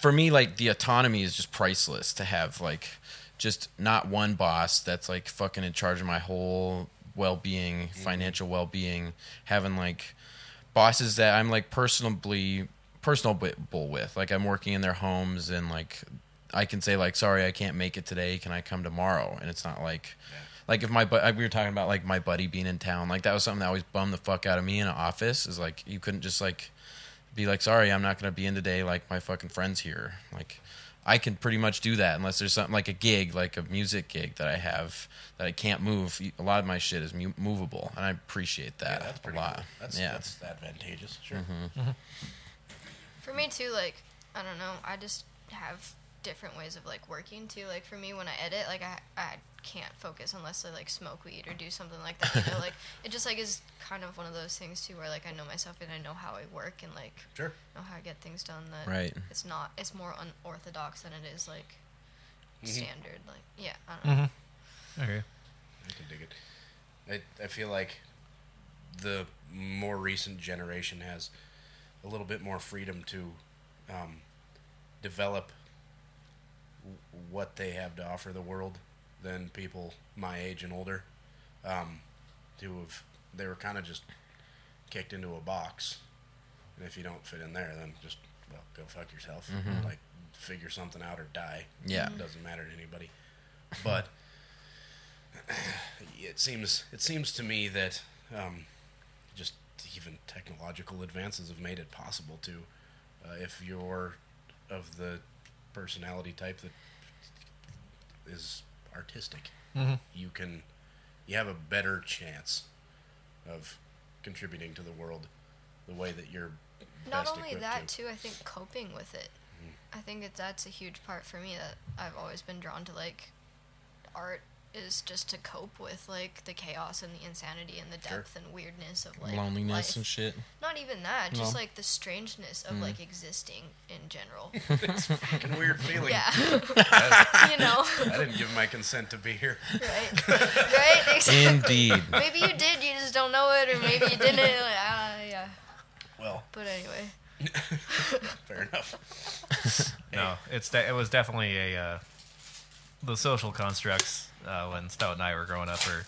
C: for me like the autonomy is just priceless to have like just not one boss that's like fucking in charge of my whole well-being financial well-being having like bosses that i'm like personally personable with like i'm working in their homes and like i can say like sorry i can't make it today can i come tomorrow and it's not like like if my bu- like, we were talking about like my buddy being in town like that was something that always bummed the fuck out of me in an office is like you couldn't just like be like, sorry, I'm not going to be in today. Like my fucking friends here. Like I can pretty much do that unless there's something like a gig, like a music gig that I have that I can't move. A lot of my shit is mu- movable, and I appreciate that
B: that's
C: a
B: pretty
C: lot.
B: cool. That's,
C: yeah, Mm-hmm.
B: that's advantageous. Sure.
E: For me too, like I don't know, I just have different ways of like working too. Like for me, when I edit, like I I can't focus unless I like smoke weed or do something like that. You know, like it just like is kind of one of those things too, where like I know myself and I know how I work and like
B: Sure.
E: know how I get things done. That
C: Right.
E: it's not it's more unorthodox than it is like standard. Like yeah, I don't know.
D: Okay.
B: I can dig it. I, I feel like the more recent generation has a little bit more freedom to um, develop w- what they have to offer the world than people my age and older um, who have they were kind of just kicked into a box and if you don't fit in there then just well go fuck yourself like figure something out or die
C: Yeah.
B: it doesn't matter to anybody but [SIGHS] it seems it seems to me that um, just even technological advances have made it possible to uh, if you're of the personality type that is artistic
D: Mm-hmm.
B: you can you have a better chance of contributing to the world the way that you're
E: not
B: best
E: only
B: equipped
E: that
B: to.
E: too i think coping with it i think that that's a huge part for me that i've always been drawn to like art is just to cope with like the chaos and the insanity and the
B: Sure.
E: depth and weirdness of like
C: loneliness
E: life.
C: and
E: [LAUGHS]
C: shit.
E: not even that
C: No.
E: just like the strangeness of like existing in general
B: Fucking weird feeling [LAUGHS]
E: [LAUGHS] yeah [LAUGHS] you know
B: i didn't give my consent to be here
E: right right
C: [LAUGHS]
E: Ex-
C: Indeed.
E: maybe you did you just don't know it or maybe you didn't like, uh, yeah
B: well
E: but anyway
B: fair enough
D: No, it's de- it was definitely a uh, the social constructs uh, when Stout and I were growing up. Or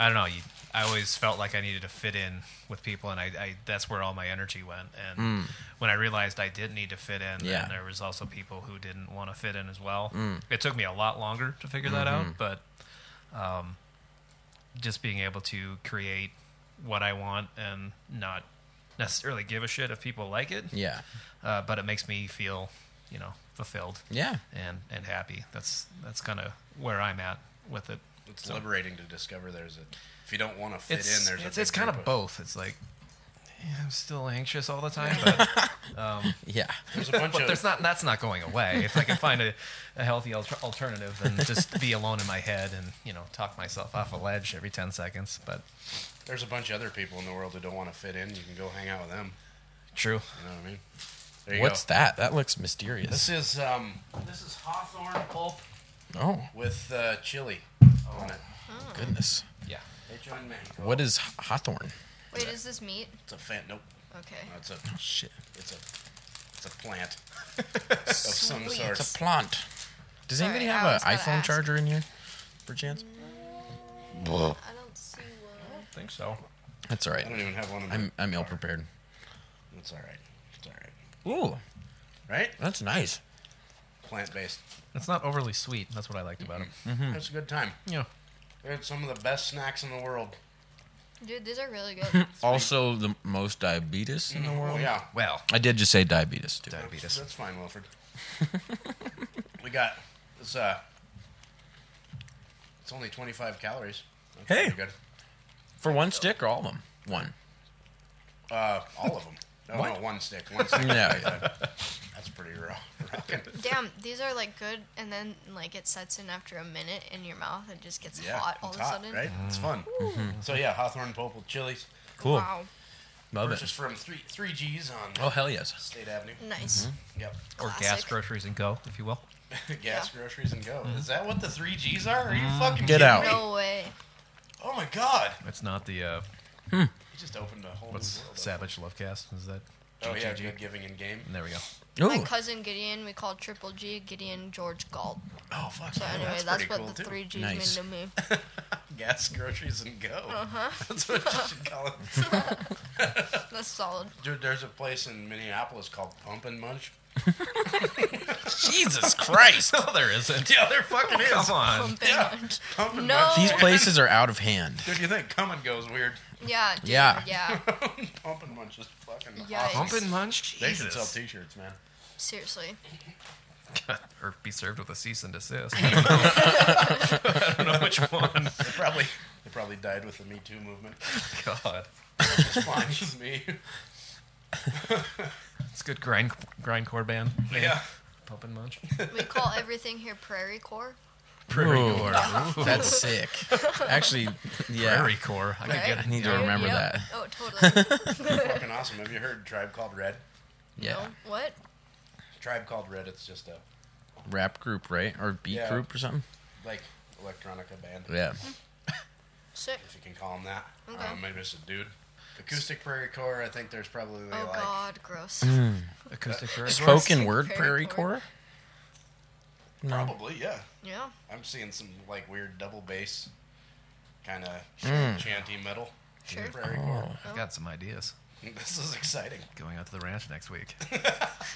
D: I don't know. You, I always felt like I needed to fit in with people, and I, I that's where all my energy went. And when I realized I did need to fit in,
C: Yeah.
D: and there was also people who didn't want to fit in as well. It took me a lot longer to figure that out, but um, just being able to create what I want and not necessarily give a shit if people like it
C: yeah,
D: uh, but it makes me feel, you know, fulfilled
C: yeah.
D: and and happy. That's that's kind of where I'm at with it.
B: it's liberating to discover there's a if you don't want to fit in there's
D: it's,
B: a
D: it's
B: big
D: kind
B: group
D: of both. It's like yeah, I'm still anxious all the time, but,
C: Yeah.
B: there's a
D: [LAUGHS]
B: bunch [LAUGHS]
D: but
B: of
D: there's not that's not going away. If I can find a, a healthy alter- alternative and just be alone in my head and you know talk myself off a ledge every ten seconds, but
B: there's a bunch of other people in the world who don't want to fit in. You can go hang out with them.
D: true.
B: You know what I mean? There you
C: What's
B: go.
C: that? That looks mysterious.
B: This is um, this is hawthorn pulp
C: Oh
B: with uh, chili on it.
C: goodness.
D: Yeah,
B: They joined Mexico.
C: What is Hawthorne?
E: Wait, is this meat?
B: It's a fan. Nope.
E: Okay.
B: No, it's a.
C: Shit.
B: It's a. It's a
E: [LAUGHS]
B: plant of some
E: Sweet.
B: sort.
C: It's a plant. Does
E: Sorry,
C: anybody
E: I
C: have an
E: always gotta
C: iPhone
E: ask.
C: charger in here, per chance?
E: I don't see one.
D: think so.
C: That's all
B: I don't
C: right.
B: even have one. In
C: I'm
B: my
C: I'm ill
B: car.
C: prepared.
B: It's all right. It's all right.
C: Ooh,
B: Right?
C: that's nice.
B: Plant based.
D: It's not overly sweet. That's what I liked about it.
C: Hmm.
B: It's a good time.
D: Yeah.
B: They're some of the best snacks in the world.
E: Dude, these are really
C: [LAUGHS]
E: good.
C: Also, the most diabetes in the
E: Mm,
C: world.
B: Oh, yeah.
D: Well,
C: I did just say diabetes too.
D: diabetes.
B: That's fine,
C: [LAUGHS]
B: Wilfred. we got this. Uh, it's only 25 calories. That's
C: Hey.
B: pretty good.
C: For one stick or all of them? One.
B: Uh, all of
C: [LAUGHS]
B: them. No,
C: What?
B: no, one stick. One stick.
C: [LAUGHS] Yeah,
E: [LAUGHS]
C: yeah.
B: That's pretty raw. [LAUGHS] Rockin'.
E: Damn, these are like good, and then like it sets in after a minute in your mouth and just gets
B: Yeah,
E: hot all
B: it's
E: of a
B: hot,
E: sudden.
B: right?
C: Mm.
B: It's fun.
C: Mm-hmm.
B: So yeah, Hawthorne Popal chilies.
C: Cool.
E: Wow.
C: Love
B: Purchased
C: it.
B: from three three G's on
C: Oh hell yes.
B: State Avenue.
E: Nice.
C: Mm-hmm.
B: Yep. [LAUGHS]
D: Or gas
E: Classic.
D: groceries and go, if you will.
B: Gas,
E: Yeah.
B: groceries, and go. Is that what the three G's are? Are you fucking
C: Mm-hmm. Get
B: kidding
C: out.
B: me?
E: No way.
B: Oh my god!
D: It's not the uh,
B: You just opened a whole
D: what's
B: new world. up.
D: Savage Lovecast. Is that?
B: Oh yeah,
D: GGG?
B: good giving in game.
D: There we go.
E: My
C: Ooh,
E: cousin Gideon, we called Triple G Gideon George Galt.
B: Oh fuck!
E: So
B: yeah,
E: anyway, that's,
B: pretty
E: what
B: cool,
E: the
B: too.
E: three G's
C: Nice.
E: mean to
B: [LAUGHS]
E: me.
B: gas, groceries, and go.
E: Uh-huh.
B: [LAUGHS] That's what you should call it. [LAUGHS]
E: That's solid.
B: Dude, there's a place in Minneapolis called Pump and Munch.
C: Jesus
D: [LAUGHS]
C: Christ!
D: No, there isn't.
B: Yeah, there fucking is.
D: Come on.
E: Pump and
B: yeah.
E: munch.
B: Pump and
E: No.
B: Munch.
C: These places are out of hand.
B: Dude, you think come and goes weird?
E: [LAUGHS] Yeah. dude,
C: Yeah.
E: Yeah.
B: Pump and Munch is fucking.
E: Yikes.
B: awesome.
D: Pump and munch.
B: They should sell
D: Jesus.
B: T-shirts, man.
E: Seriously.
D: or be served with a cease and desist. Oh, I don't know
C: [LAUGHS]
D: which one.
B: They probably they probably died with the Me Too movement.
D: God,
B: It's fine with [LAUGHS] me.
D: it's a good grind grindcore band.
B: Yeah.
D: Pump and munch.
E: We call everything here
C: [LAUGHS]
E: Prairie Core.
D: Prairie
C: Ooh.
D: core.
C: [LAUGHS] That's sick. Actually, yeah.
D: Prairie core. I could
E: Right?
D: get.
C: I need to
E: Dude,
C: remember
E: yep.
C: that.
E: Oh,
C: [LAUGHS]
E: totally.
B: [LAUGHS] Fucking awesome. Have you heard Tribe Called Red?
C: Yeah.
E: No? What?
B: Tribe Called Red. It's just a
C: Rap group, right? Or beat
B: Yeah.
C: group or something?
B: like electronica band,
C: Yeah.
E: Sick.
B: if you can call them that.
E: Okay.
B: Um, maybe it's a dude. Acoustic Prairie Core. I think there's probably
E: Oh
B: like
E: God, gross.
C: Mm.
D: Acoustic prairie.
E: It's
D: core.
C: Spoken word
E: Prairie
C: prairie
E: Core?
C: core? No.
B: probably yeah.
E: Yeah.
B: I'm seeing some like weird double bass, kind of chanty metal.
E: Sure.
B: Prairie Core. [LAUGHS]
C: Oh.
D: I've got some ideas.
B: This is exciting.
D: Going out to the ranch next week.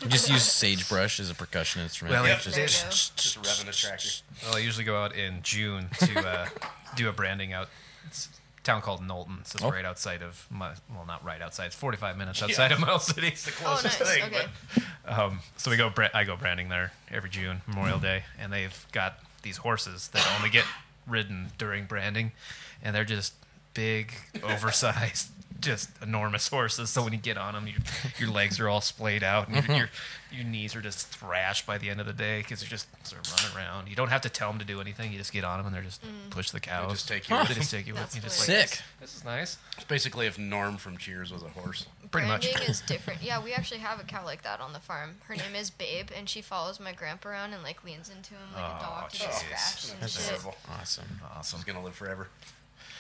C: Just use sagebrush as a percussion instrument.
D: Well,
C: It's
D: yeah.
E: There you
C: just,
E: go.
B: Just revving a tractor.
D: Well, I usually go out in June to uh, do a branding out. It's a town called Knowlton. So it's
C: Oh.
D: right outside of my. Well, not right outside. It's 45 minutes outside of Miles City.
E: Oh, nice.
B: Closest thing,
E: okay.
D: Um, so we go. Bra- I go branding there every June Memorial Day, and they've got these horses that only get ridden during branding, and they're just big, [LAUGHS] oversized, just enormous horses. So when you get on them, your your legs are all splayed out, and your, your your knees are just thrashed by the end of the day because they're just sort of running around. You don't have to tell them to do anything. You just get on them, and they're just push the cows.
B: just [LAUGHS] take you with
D: They just take you with.
E: That's
D: you just
E: hilarious.
D: like,
C: sick.
D: this is nice.
B: It's basically if Norm from Cheers was a horse.
D: Pretty much. [LAUGHS]
E: Branding is different. Yeah, we actually have a cow like that on the farm. Her name is Babe, and she follows my grandpa around and like leans into him like a
D: Oh,
E: dog to get
D: jeez.
E: scratched and
B: That's
E: shit.
B: adorable.
C: awesome.
D: Awesome.
B: He's gonna live forever.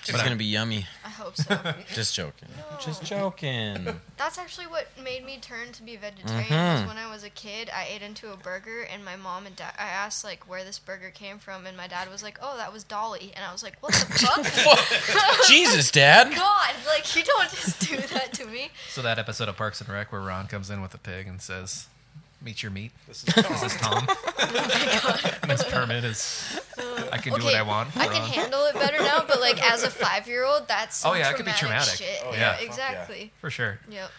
C: It's gonna be yummy.
E: I hope so.
D: [LAUGHS]
C: Just joking. Just joking. [LAUGHS]
E: That's actually what made me turn to be vegetarian.
D: Mm-hmm.
E: Is when I was a kid, I ate into a burger, and my mom and dad. I asked like where this burger came from, and my dad was like, "Oh, that was Dolly," and I was like,
D: [LAUGHS]
E: "What the fuck,
C: Jesus, Dad.
E: God? Like you don't just do that to me."
D: So that episode of Parks and Rec where Ron comes in with a pig and says, "Meet your meat."
B: This [LAUGHS] is Tom.
E: [LAUGHS]
D: Tom. and his permit is I can do what I want.
E: I can
D: Ron.
E: handle it better now, but like as a five year old, that's
D: [LAUGHS]
E: some
D: Oh, yeah, it could be traumatic.
E: Shit.
B: Oh,
D: yeah.
E: yeah,
D: Fuck
E: exactly.
D: for sure.
E: Yep.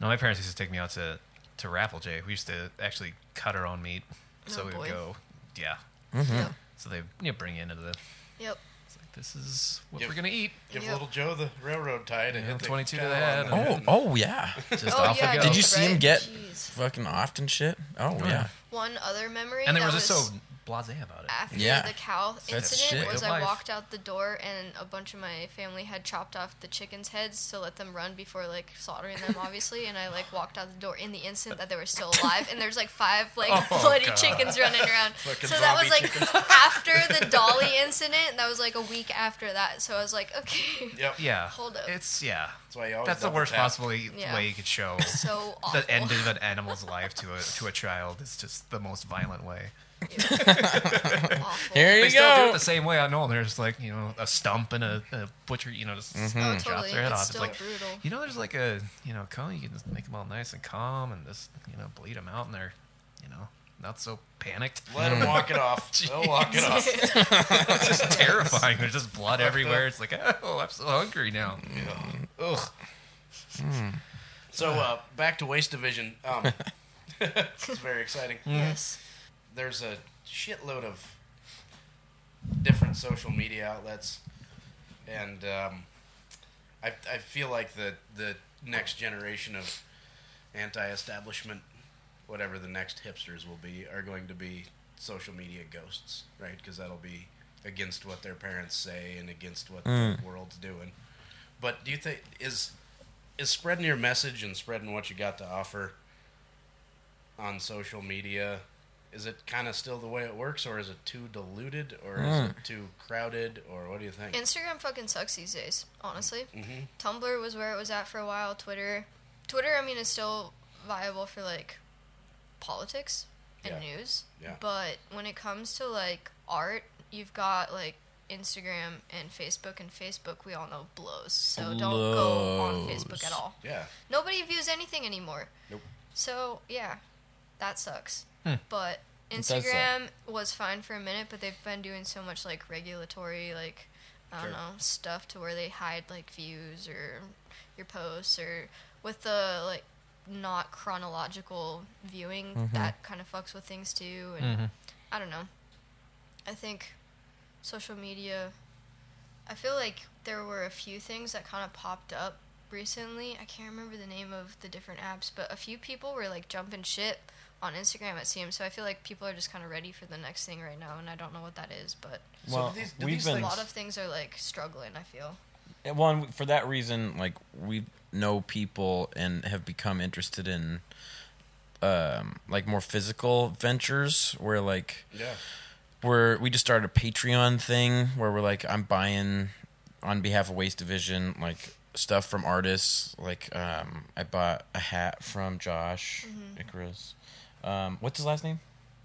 D: No, my parents used to take me out to to Rappelj. We used to actually cut our own meat, so
E: Oh,
D: we would
E: boy.
D: go. Yeah,
E: Yep.
D: so they you know, bring you into the.
E: Yep.
D: It's like this is what
B: Yep.
D: we're gonna eat.
B: Give
E: Yep.
B: little Joe the railroad tie to
D: Yeah,
B: hit the
D: 22 to
B: cow
D: the
B: on
D: head.
C: Oh,
B: and-
C: oh yeah.
D: Just
E: Oh,
D: off
E: yeah,
D: we go.
C: Did you see him
E: Right?
C: get
E: Jeez.
C: fucking offed and shit? Oh yeah.
E: One other memory.
D: And they
E: that
D: were
E: was
D: just so blasé about it.
E: after
C: Yeah.
E: the cow
C: That's
E: incident
C: shit.
E: was
D: Real
E: I
D: life.
E: walked out the door and a bunch of my family had chopped off the chickens' heads to let them run before like slaughtering them, obviously. And I like walked out the door in the instant that they were still alive, and there's like five like
D: Oh,
E: bloody
D: God.
E: chickens running
D: [LAUGHS]
E: around.
B: Fucking
E: so that was
B: zombie
E: like
B: chickens.
E: after the Dolly incident. That was like a week after that. So I was like, okay,
B: Yep.
D: Yeah,
E: Hold up.
D: It's yeah.
B: That's why you always
D: That's the
B: double
D: worst
B: tap.
D: possible e-
E: Yeah.
D: way you could
E: [LAUGHS]
D: show
E: So
D: [LAUGHS]
E: awful.
D: the end of an animal's life to a to a child. It's just the most violent way.
E: awful.
C: Here you
D: They still do
C: go.
D: it the same way. I know. There's like you know a stump and a, a butcher. You know, just
C: Mm-hmm.
E: Oh,
C: Hmm.
D: chops
E: totally.
D: their head
E: It's
D: off.
E: still
D: it's like
E: brutal.
D: you know, there's like a you know cone. You can just make them all nice and calm and just you know bleed them out and they're you know not so panicked.
B: Let them walk it off. They'll walk it off.
E: [LAUGHS]
D: It's just [LAUGHS] terrifying. There's just blood everywhere. It's like oh, I'm so hungry now.
C: Mm-hmm.
B: Ugh.
D: Hmm.
B: So uh, back to Waste Division. Um, [LAUGHS] it's very exciting.
E: yes.
B: There's a shitload of different social media outlets, and um, I, I feel like the the next generation of anti-establishment, whatever the next hipsters will be, are going to be social media ghosts, right? Because that'll be against what their parents say and against what the world's doing. But do you think is is spreading your message and spreading what you got to offer on social media is it kind of still the way it works or is it too diluted or is it too crowded or what do you think?
E: Instagram fucking sucks these days, honestly. Tumblr was where it was at for a while. Twitter, Twitter, I mean, is still viable for like politics and
B: Yeah.
E: news.
B: Yeah.
E: But when it comes to like art, you've got like Instagram and Facebook, and Facebook we all know blows. So don't go on Facebook at
C: Blows.
E: all.
B: yeah.
E: Nobody views anything anymore.
B: Nope.
E: So yeah, that sucks. But
C: does suck.
E: Instagram was fine for a minute, but they've been doing so much like regulatory like I don't
B: Sure.
E: know stuff to where they hide like views or your posts or with the like not chronological viewing that kind of fucks with things too and I don't know. I think social media I feel like there were a few things that kind of popped up recently. I can't remember the name of the different apps, but a few people were like jumping ship on Instagram it seems. So I feel like people are just kind of ready for the next thing right now, and I don't know what that is, but
C: Well,
B: do these- do
C: we've
B: these
C: been
E: a lot of things are like struggling. I feel.
C: Yeah, Well, and for that reason, like we know people and have become interested in, um, like more physical ventures where like
B: Yeah.
C: we're we just started a Patreon thing where we're like I'm buying on behalf of Waste Division like stuff from artists. Like um, I bought a hat from Josh Icarus. Um, what's his last name?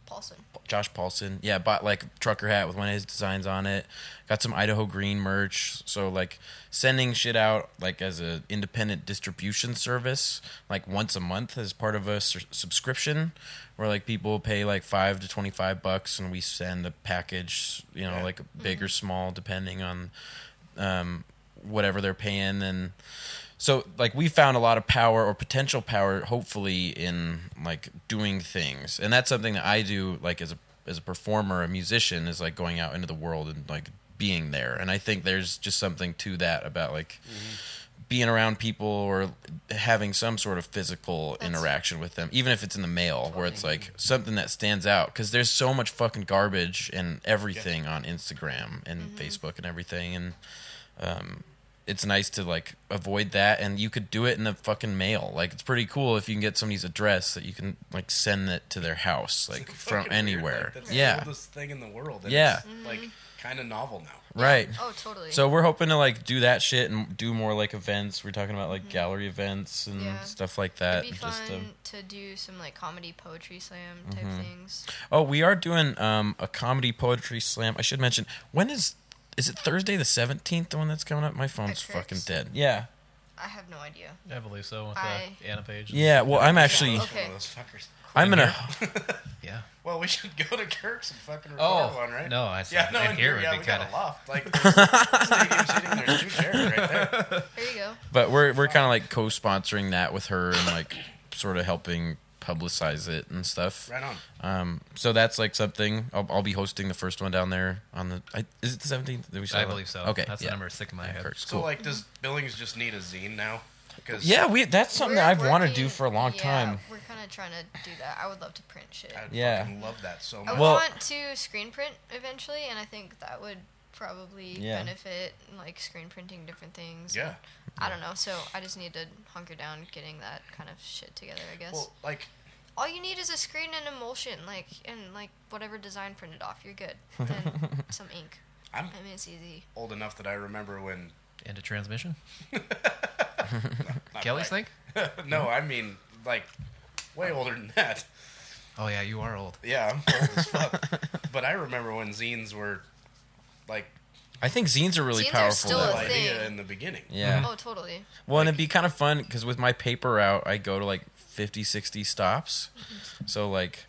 E: Paulson.
C: Josh Paulson. Yeah, bought like a trucker hat with one of his designs on it. Got some Idaho Green merch. So like sending shit out like as a independent distribution service like once a month as part of a sur- subscription where like people pay like 5 to 25 bucks and we send the package, you know,
B: Yeah.
C: like big or small depending on um whatever they're paying and so like we found a lot of power or potential power hopefully in like doing things and that's something that i do like as a as a performer a musician is like going out into the world and like being there and i think there's just something to that about like being around people or having some sort of physical
E: That's-
C: interaction with them even if it's in the mail where it's like something that stands out because there's so much fucking garbage and everything on instagram and facebook and everything and um, it's nice to like avoid that and you could do it in the fucking mail like it's pretty cool if you can get somebody's address that you can like send it to their house like from
B: Fucking weird,
C: anywhere
B: like, that's
C: yeah
B: the oldest thing in the world. and
C: Yeah.
B: it's, Like kind of novel now.
C: right
E: Oh, totally.
C: so we're hoping to like do that shit and do more like events we're talking about like gallery events and
E: Mm-hmm. Yeah.
C: stuff like that
E: It'd be
C: and
E: fun
C: just, um,
E: to do some like comedy poetry slam type things.
C: oh we are doing um a comedy poetry slam i should mention when is is it thursday the 17th the one that's coming up my phone's
E: Kirk's?
C: fucking dead yeah
E: I have no idea.
D: I believe so. With
E: I-
D: the Anna Page. and-
C: yeah well i'm actually
B: It's
E: Okay.
B: One of those fuckers.
C: i'm gonna
D: Yeah.
B: Well, we should [LAUGHS] go to Kirk's and fucking record
D: Oh,
B: one, right?
D: no, I-
B: yeah, no,
D: in
B: and here,
D: here would
B: yeah,
D: be
B: we got
D: kinda-
B: a loft.
C: [LAUGHS]
B: Like, there's stadium seating, there's two chairs right there.
E: There you go.
C: But we're we're kind of like co-sponsoring that with her and like sort of helping publicize it and stuff.
B: Right on.
C: Um, so that's like something I'll, I'll be hosting the first one down there on the. I, is it the seventeenth?
D: I believe so.
C: Okay,
D: that's
C: yeah.
D: the number that's sick in my head.
C: Kirk's
B: So,
C: cool.
B: like, does Billings just need a zine now? Because
C: yeah, we that's something that I've
E: We're
C: wanted to
E: working-
C: do for a long
E: yeah,
C: time.
E: We're kind of trying to do that. I would love to print shit.
B: I
C: Yeah.
B: fucking love that so
E: I
B: much.
E: would
C: Well-
E: want to screen print eventually, and I think that would probably
C: Yeah.
E: benefit like screen printing different things.
B: yeah.
E: I don't know. So I just need to hunker down getting that kind of shit together. I guess
B: Well, like,
E: all you need is a screen and emulsion, like and like whatever design printed off.
C: [LAUGHS]
E: You're good. And some ink.
B: I'm
E: I mean, it's easy.
B: old enough that I remember when
D: Into transmission.
B: Not
D: Kelly's
B: black.
D: thing?
B: no, I mean like way older than that.
D: Oh yeah, you are old.
B: Yeah, I'm old as fuck. But I remember when zines were like
C: I think zines are really
E: Zines are
C: powerful.
E: still
B: the
C: that
E: a
C: way.
E: thing.
B: idea in the beginning.
C: Yeah.
E: Oh, totally.
C: Well, and it'd be kind of fun because with my paper route, I go to like 50, 60 stops.
E: Mm-hmm.
C: So, like,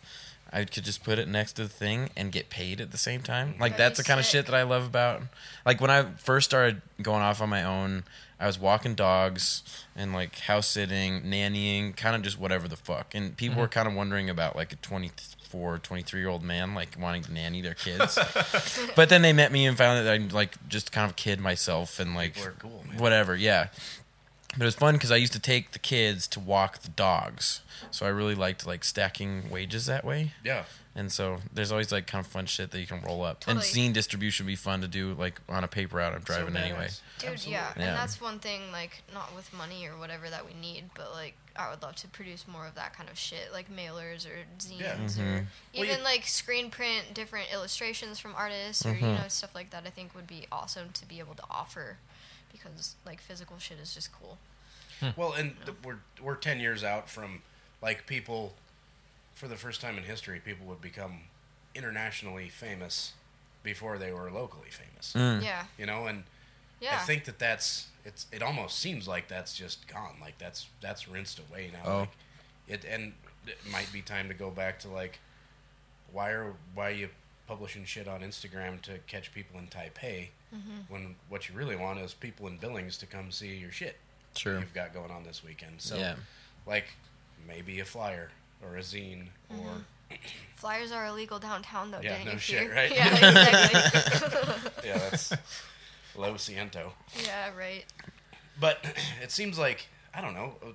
C: I could just put it next to the thing and get paid at the same time. Like,
E: That'd
C: that's
E: be
C: the kind of
E: sick.
C: shit that I love about. Like, when I first started going off on my own, I was walking dogs and like house sitting, nannying, kind of just whatever the fuck. And people were kind of wondering about like a 24, 23 year old man, like wanting to nanny their kids. but then they met me and found that I'm like just kind of kid myself and like
B: People are cool, man.
C: whatever. Yeah. But it was fun because I used to take the kids to walk the dogs, so I really liked like stacking wages that way.
B: Yeah.
C: And so there's always like kind of fun shit that you can roll up. And
E: Totally.
C: zine distribution would be fun to do like on a paper route I'm driving
B: badass.
C: anyway.
E: Dude,
B: Absolutely.
E: yeah.
C: Yeah.
E: And that's one thing, like, not with money or whatever that we need, but, like, I would love to produce more of that kind of shit, like mailers or zines
B: Yeah.
C: Mm-hmm.
E: or
B: Well,
E: even,
B: you-
E: like, screen print different illustrations from artists or, you
C: Mm-hmm.
E: know, stuff like that. I think would be awesome to be able to offer because, like, physical shit is just cool.
B: Well, and th- we're we're ten years out from like people for the first time in history, people would become internationally famous before they were locally famous.
C: Hmm.
E: Yeah.
B: You know, and I
E: Yeah.
B: think that that's it's it almost seems like that's just gone. Like that's that's rinsed away now.
C: Oh.
B: Like it and it might be time to go back to like why are why are you publishing shit on Instagram to catch people in Taipei when what you really want is people in Billings to come see your shit that
C: True.
B: you've got going on this weekend. So
C: Yeah.
B: like maybe a flyer or a zine or
E: Flyers are illegal downtown, though,
B: Yeah,
E: didn't
B: no
E: you
B: shit,
E: hear?
B: right? [LAUGHS]
E: Yeah, exactly.
B: [LAUGHS]
E: [LAUGHS]
B: yeah, that's Lo Ciento.
E: yeah, right.
B: But [CLEARS THROAT] it seems like I don't know. uh,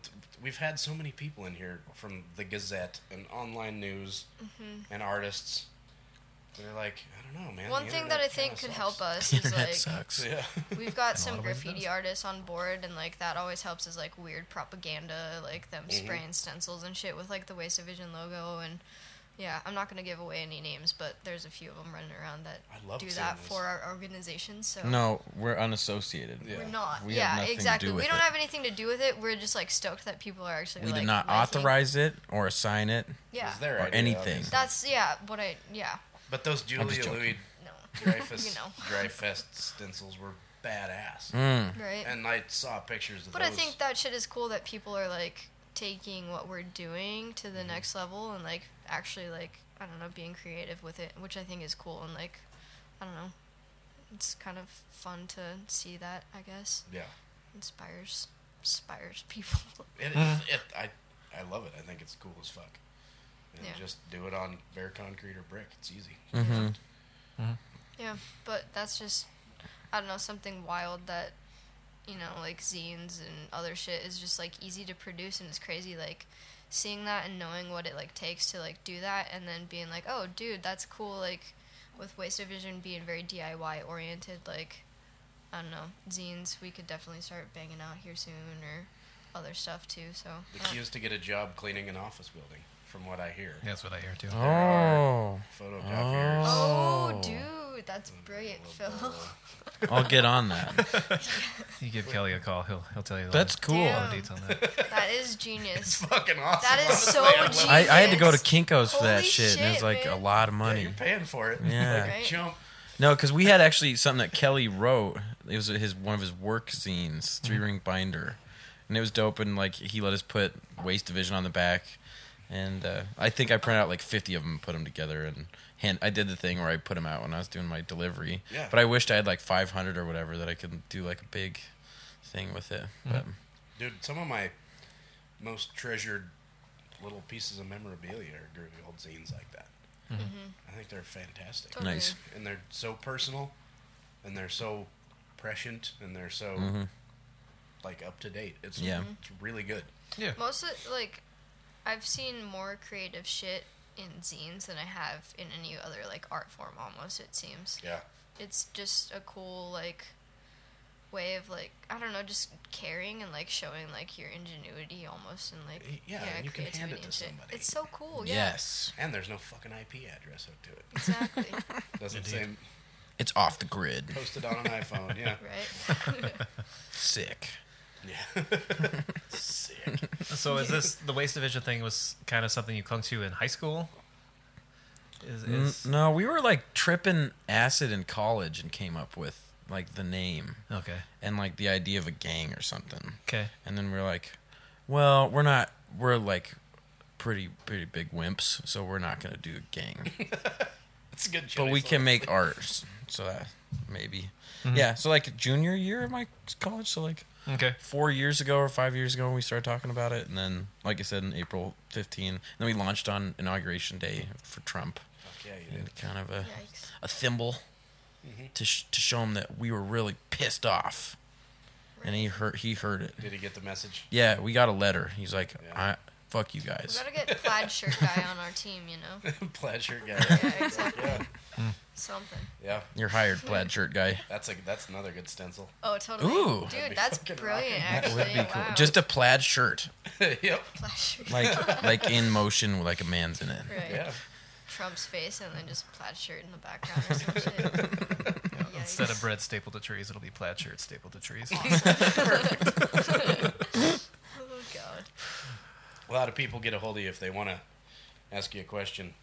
B: We've had so many people in here from the Gazette and online news and artists. They're like, I don't know, man.
E: Mm-hmm. One
B: the uh,
E: thing
B: internet
E: that I
B: kinda
E: think
B: sucks.
E: could help us [LAUGHS]
B: [LAUGHS]
C: The [LAUGHS]
E: is,
C: internet
E: like,
C: sucks.
B: Yeah,
E: we've got
D: lot
E: some
D: of ways it
E: graffiti
D: does.
E: artists on board and like that always helps is like weird propaganda like them
B: Mm-hmm.
E: spraying stencils and shit with like the waste of vision logo and yeah i'm not going to give away any names but there's a few of them running around that
B: I love
E: do
B: seeing
E: that
B: those.
E: for our organizations so
C: No, we're unassociated.
B: Yeah.
E: we're not
C: We have
E: yeah
C: nothing to
E: exactly
C: do
E: we
C: with
E: don't
C: it.
E: have anything to do with it we're just like stoked that people are actually
C: We
E: like,
C: did not
E: liking-
C: authorize it or assign it.
B: It
E: yeah
B: was their
C: Or
B: idea,
C: anything.
B: obviously.
E: that's yeah what i yeah
B: But those Julia
C: joking.
B: Louis
E: no
B: Dreyfus
E: [LAUGHS] You know.
B: Dreyfus stencils were badass,
C: Mm.
E: right
B: and I saw pictures of
E: But
B: those.
E: I think that shit is cool that people are like taking what we're doing to the next level and like actually like I don't know being creative with it, which I think is cool and like I don't know, it's kind of fun to see that I guess
B: yeah,
E: inspires inspires [LAUGHS] people.
B: it,
C: Mm.
B: it, I I love it. I think it's cool as fuck. And
E: Yeah.
B: Just do it on bare concrete or brick. It's easy.
E: yeah, but that's just I don't know something wild that you know like zines and other shit is just like easy to produce and it's crazy like seeing that and knowing what it like takes to like do that and then being like oh dude that's cool like with waste of vision being very diy oriented like i don't know zines we could definitely start banging out here soon or other stuff too so
B: The
E: yeah.
B: key is to get a job cleaning an office building, from what I hear.
D: That's what I hear too.
C: Oh,
B: Photocopiers.
E: oh
C: Oh.
E: dude that's brilliant phil
C: I'll get
B: [LAUGHS]
C: on that.
D: You give Kelly a call, he'll he'll tell you. the-
C: That's cool.
D: all the
E: Damn.
D: details on that.
E: [LAUGHS] that is genius
B: [LAUGHS] Fucking awesome.
E: that is so genius
C: I, I had to go to Kinko's for that
E: Holy
C: shit, and it was
E: shit,
C: like a
E: man.
C: lot of money.
B: Yeah, you're paying for it.
C: Yeah.
B: Like a
E: Right.
B: chump.
C: No, because we had actually something that Kelly wrote. It was his one of his work scenes, three
B: Mm-hmm.
C: ring binder, and it was dope. And like he let us put waste division on the back, and uh, I think I printed out like fifty of them, and put them together, and hand. I did the thing where I put them out when I was doing my delivery.
B: Yeah.
C: But I wished I had like five hundred or whatever that I could do like a big thing with it. But
B: Dude, some of my most treasured little pieces of memorabilia are groovy old zines like that.
C: Mm-hmm.
B: I think they're fantastic.
E: Mm-hmm. Totally.
C: Nice.
B: And they're so personal, and they're so prescient, and they're so, like, up to date. It's,
C: Mm-hmm. Yeah.
E: Mm-hmm.
B: it's really good.
D: Yeah.
E: Most of, like, I've seen more creative shit in zines than I have in any other like art form. Almost it seems
B: Yeah.
E: it's just a cool like way of like I don't know, just caring and like showing like your ingenuity almost and like
B: Y- yeah, and you can hand
E: creativity
B: it to
E: and shit.
B: somebody.
E: It's so cool. Oh, Yeah,
C: yes,
B: And there's no fucking IP address hooked to it.
E: exactly.
C: [LAUGHS]
B: Doesn't say
D: Indeed.
C: it's off the grid.
B: posted on an iPhone. Yeah.
E: right.
C: Sick.
B: Sick.
D: So is
E: [LAUGHS]
D: this the waste division thing was kind of something you clung to in high school? Is, is
C: no, we were like tripping acid in college and came up with like the name
D: okay,
C: and like the idea of a gang or something.
D: okay,
C: And then we're like, well, we're not, we're like pretty, pretty big wimps, so we're not going to do a gang.
B: That's a good choice.
C: but we can make ours. So that maybe. Yeah. So like junior year of my college. So like
D: okay.
C: four years ago or five years ago when we started talking about it. And then, like I said, in April 15, then we launched on inauguration day for Trump.
B: Fuck yeah, you [LAUGHS] did.
C: And kind of a,
E: Yikes.
C: a thimble
D: Mm-hmm.
C: to, sh- to show him that we were really pissed off. And he heard, he heard it.
B: Did he get the message? [LAUGHS]
C: Yeah, we got a letter. He's like,
B: Yeah.
C: I, fuck you
E: We
C: guys.
E: gotta get plaid shirt guy on our team, you know?
B: Pleasure guy.
E: [LAUGHS] Yeah, exactly.
B: yeah.
E: Something.
B: Yeah.
C: You're hired, plaid shirt guy.
B: That's a that's another good stencil. [LAUGHS]
E: Oh, totally.
C: Ooh.
B: That'd be
E: Dude, that's
B: fucking
E: brilliant,
B: rocking.
E: actually.
C: Would be cool.
E: wow.
C: Just a plaid shirt,
B: yep.
E: plaid
D: [LAUGHS]
E: shirt.
C: like like in motion, with like a man's in it.
E: [LAUGHS] Right.
B: Yeah.
E: Trump's face and then just plaid shirt in the background
D: [LAUGHS]
E: or some shit.
D: Instead of
E: Yikes.
D: bread stapled to trees, it'll be plaid shirts stapled to trees. [LAUGHS]
E: [LAUGHS] Oh, God.
B: A lot of people get a hold of you if they want to ask you a question.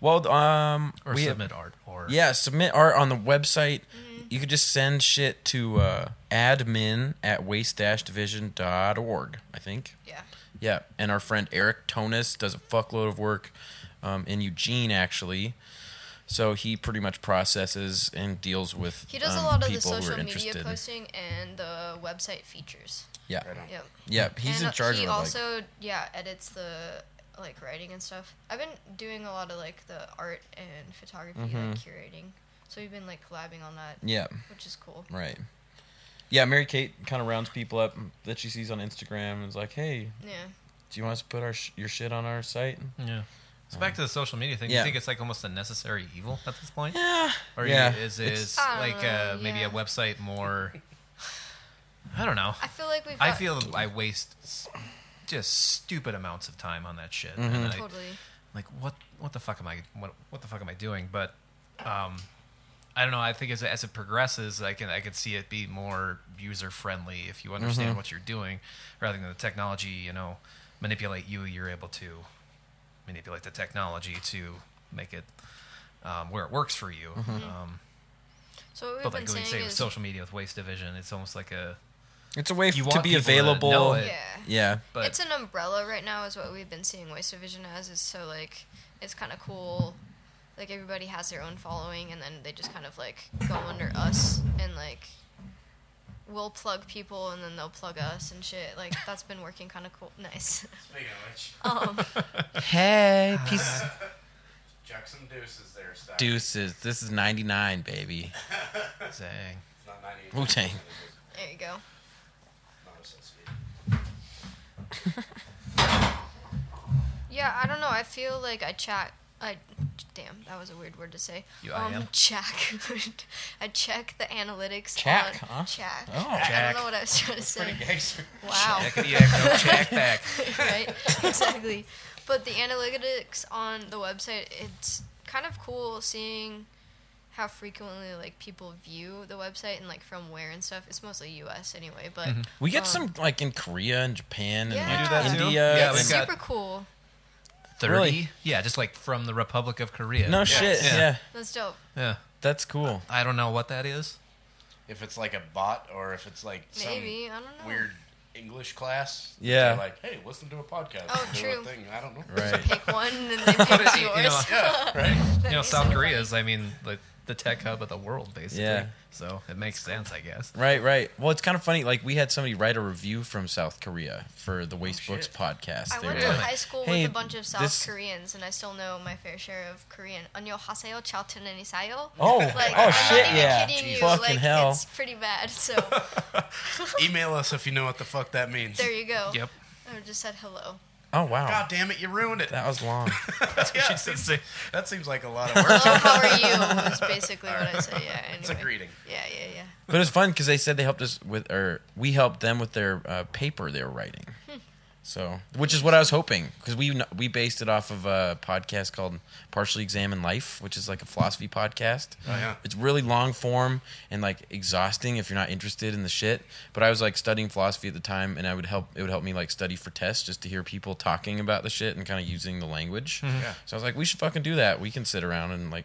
C: Well, um,
D: Or
C: we have-
D: submit art. Or
C: yeah, submit art on the website. You could just send shit to uh, admin at waste-division.org, I think.
E: Yeah.
C: Yeah, and our friend Eric Tonis does a fuckload of work um, in Eugene, actually. So he pretty much processes and deals with
E: He does
C: um,
E: a lot of the
C: people who are
E: social media
C: interested.
E: posting and the website features.
C: Yeah,
B: Right on.
E: Yep.
C: yeah, he's
E: and
C: in charge
E: he
C: of it, like,
E: also yeah edits the like writing and stuff. I've been doing a lot of like the art and photography like curating. So we've been like collabing on that,
C: Mm-hmm. yeah.
E: which is cool.
C: Right. Yeah, Mary Kate kind of rounds people up that she sees on Instagram and is like, "Hey,
E: Yeah.
C: do you want us to put our sh- your shit on our site?"
D: yeah. So back to the social media thing. Do
C: Yeah.
D: You think it's like almost a necessary evil at this point?
C: Yeah.
D: Or
C: yeah.
D: is
C: It's-
D: is
E: I
D: like
E: don't
D: uh,
E: know,
D: maybe
E: Oh, yeah.
D: a website more? I don't know.
E: I feel like we've.
D: I
E: got-
D: feel I waste s- just stupid amounts of time on that shit,
C: Mm-hmm.
D: and I,
E: totally.
D: like what what the fuck am I what what the fuck am I doing? But um, I don't know. I think as as it progresses, I can I can see it be more user friendly if you understand
C: Mm-hmm.
D: what you're doing, rather than the technology. You know, manipulate you. You're able to manipulate the technology to make it um, where it works for you.
C: Mm-hmm.
D: Um,
E: So Mm-hmm. what we've
D: but
E: been
D: like we
E: saying
D: say
E: is
D: with social media with waste division, it's almost like a
C: It's a way
D: You
C: to
D: want
C: be
D: people to
C: available.
D: know it.
E: yeah.
C: Yeah.
D: but
E: it's an umbrella right now, is what we've been seeing Waste Division as. Is so like it's kind of cool. Like everybody has their own following, and then they just kind of like go under us and like we'll plug people, and then they'll plug us and shit. [LAUGHS] Like that's been working kind of cool, [LAUGHS] nice.
B: Speaking of which,
E: Um,
C: [LAUGHS] Hey, peace
B: chuck some deuces there, Stock.
C: [LAUGHS] deuces. This is 99, baby. [LAUGHS]
D: dang.
B: It's not 98.
C: Wu-Tang.
E: there you go.
B: Not associated.
E: Yeah, I don't know. I feel like I chat. I damn, that was a weird word to say. Um,
D: You- I am?
E: check. [LAUGHS] I check the analytics.
C: Check,
E: on,
C: huh?
E: Check.
C: Oh.
E: I don't
D: Check.
E: know what I was trying to say.
B: Pretty gangster.
E: Wow.
D: Check it, yeah, no check back.
E: right? exactly. But the analytics on the website, it's kind of cool seeing how frequently like people view the website and like from where and stuff. It's mostly U.S. anyway, but
C: We get some like in Korea and Japan and
E: Yeah. uh, You do
C: like,
E: that
D: too?
C: India.
D: Yeah,
C: and-
D: we
E: it's
D: got-
E: super cool.
D: 30?
C: Really?
D: Yeah, just like from the Republic of Korea.
C: no shit. Yeah.
D: Yeah.
E: That's dope.
D: Yeah.
C: That's cool.
D: I don't know what that is.
B: If it's like a bot or if it's like some
E: Maybe I don't know.
B: weird English class.
C: Yeah.
B: They're like, hey, listen to a podcast.
E: Oh,
B: do a
E: true.
B: thing. I don't know.
C: Right.
E: Pick
D: [LAUGHS]
E: one and they pick
D: you
E: yours.
D: know,
B: Yeah,
E: [LAUGHS]
B: right.
D: You know, South Korea is, I mean, like the tech hub of the world, basically.
C: Yeah.
D: So it makes sense, I guess.
C: Right, right. Well, it's kind of funny. Like we had somebody write a review from South Korea for the Waste
B: shit.
C: Books podcast.
E: Oh, I
C: They
E: went
C: were
E: to
C: like,
E: high school
C: "Hey,
E: with a bunch of South
C: this-
E: Koreans, and I still know my fair share of Korean. 안녕하세요, 잘 지내세요?
C: Oh,
E: Like,
C: oh
E: I'm
C: shit,
E: not even
C: yeah.
E: kidding you.
C: Fucking
E: like,
C: hell.
E: It's pretty bad. So
B: Email us if you know what the fuck that means.
E: there you go.
D: Yep.
E: I just said hello.
C: Oh wow.
B: God damn it, you ruined it.
C: That was
E: [LAUGHS]
C: long.
B: Yeah,
D: She did say-
B: that seems like a lot
C: [LAUGHS]
B: of work.
E: Hello,
C: Oh,
E: how are you? Is basically what I say. Yeah. Anyway.
B: it's a greeting.
E: Yeah, yeah, yeah. Hmm.
C: but it's fun because they said they helped us with, or we helped them with their uh, paper they were writing. So, which is what I was hoping because we we based it off of a podcast called Partially Examine Life, which is like a philosophy podcast.
B: Oh, yeah.
C: It's really long form and like exhausting if you're not interested in the shit. But I was like studying philosophy at the time, and I would help. It would help me like study for tests just to hear people talking about the shit and kind of using the language.
B: Yeah.
C: So I was like, we should fucking do that. We can sit around and like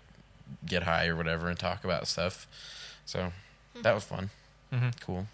C: get high or whatever and talk about stuff. So
E: Hmm.
C: that was fun. Cool.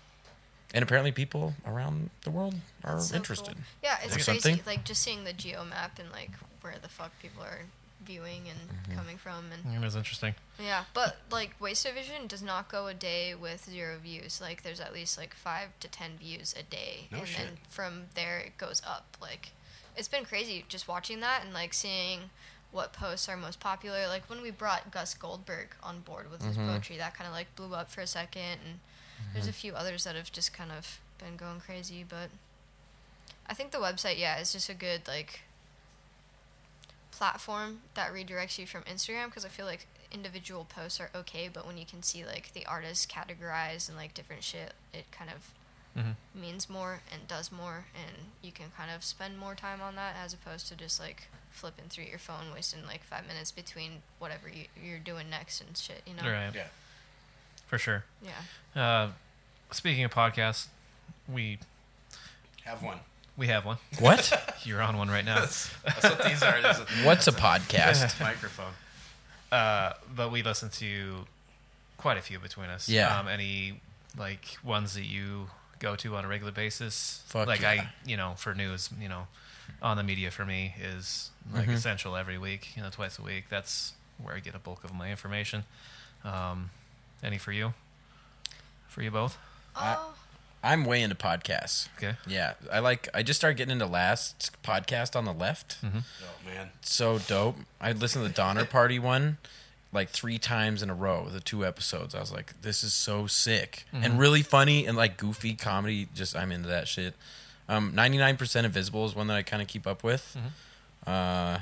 C: And apparently, people around the world are
E: So cool.
C: interested.
E: [LAUGHS] Yeah, it's
C: Or
E: crazy.
C: something.
E: Like just seeing the geo map and like where the fuck people are viewing and
B: Mm-hmm.
E: coming from and
D: It was interesting.
E: yeah. But like Waste Division does not go a day with zero views. Like there's at least like five to ten views a day.
B: No
E: and then
B: shit.
E: from there it goes up. Like it's been crazy just watching that and like seeing what posts are most popular. Like when we brought Gus Goldberg on board with
B: Mm-hmm.
E: his poetry, that kinda like blew up for a second and there's a few others that have just kind of been going crazy, but I think the website, yeah, is just a good like platform that redirects you from Instagram because I feel like individual posts are okay, but when you can see like the artists categorized and like different shit, it kind of means more and does more, and you can kind of spend more time on that as opposed to just like flipping through your phone, wasting like five minutes between whatever you, you're doing next and shit. You know?
D: Right.
B: Yeah.
D: For sure.
E: Yeah.
D: Uh, speaking of podcasts, we
B: Have one.
D: we have one. [LAUGHS]
C: What?
D: You're on one right now.
B: That's what these are.
C: [LAUGHS]
B: This is
C: What's
B: [LAUGHS]
C: a podcast?
B: a microphone.
D: Uh, but we listen to quite a few between us.
C: Yeah.
D: Um, any like ones that you go to on a regular basis?
C: Fuck
D: like
C: yeah.
D: I, you know, for news, you know, on the media for me is like
C: Mm-hmm.
D: essential every week. You know, twice a week. That's where I get a bulk of my information. Um, any for you? For you both?
E: Oh,
C: I'm way into podcasts.
D: Okay.
C: Yeah, I like. I just started getting into last podcast on the left.
B: Oh man.
C: So dope. I listened to the Donner Party one like three times in a row. The two episodes. I was like, this is so sick and really funny and like goofy comedy. Just I'm into that shit. Um, 99% Invisible is one that I kind of keep up with. Uh,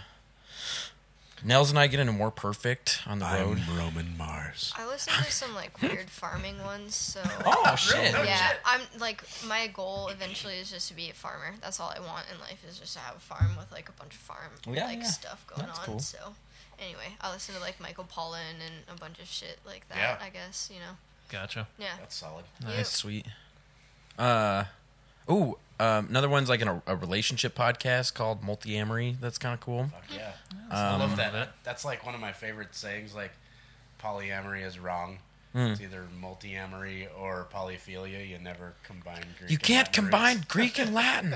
C: Nels and I get into More Perfect on the road.
B: Roman Mars.
E: I listened to some like weird farming ones, so.
C: Oh shit!
E: yeah, I'm like my goal eventually is just to be a farmer. That's all I want in life is just to have a farm with like a bunch of farm
C: Yeah,
E: like
C: yeah.
E: stuff going
C: That's
E: on.
C: cool.
E: So anyway, I listen to like Michael Pollan and a bunch of shit like that.
B: Yeah.
E: I guess you know.
D: Gotcha.
E: Yeah.
B: That's solid.
E: You-
C: That's sweet. Uh, ooh, um, another one's like in a, a relationship podcast called Multi Amory. That's kind of cool.
B: Fuck yeah. I
C: Um,
B: love that. That's like one of my favorite sayings. Like polyamory is wrong.
C: Hmm.
B: It's either multiamory or polyphilia. You never combine Greek.
C: You
B: and
C: can't
B: Latin [LAUGHS]
C: combine
B: roots.
C: Greek and Latin.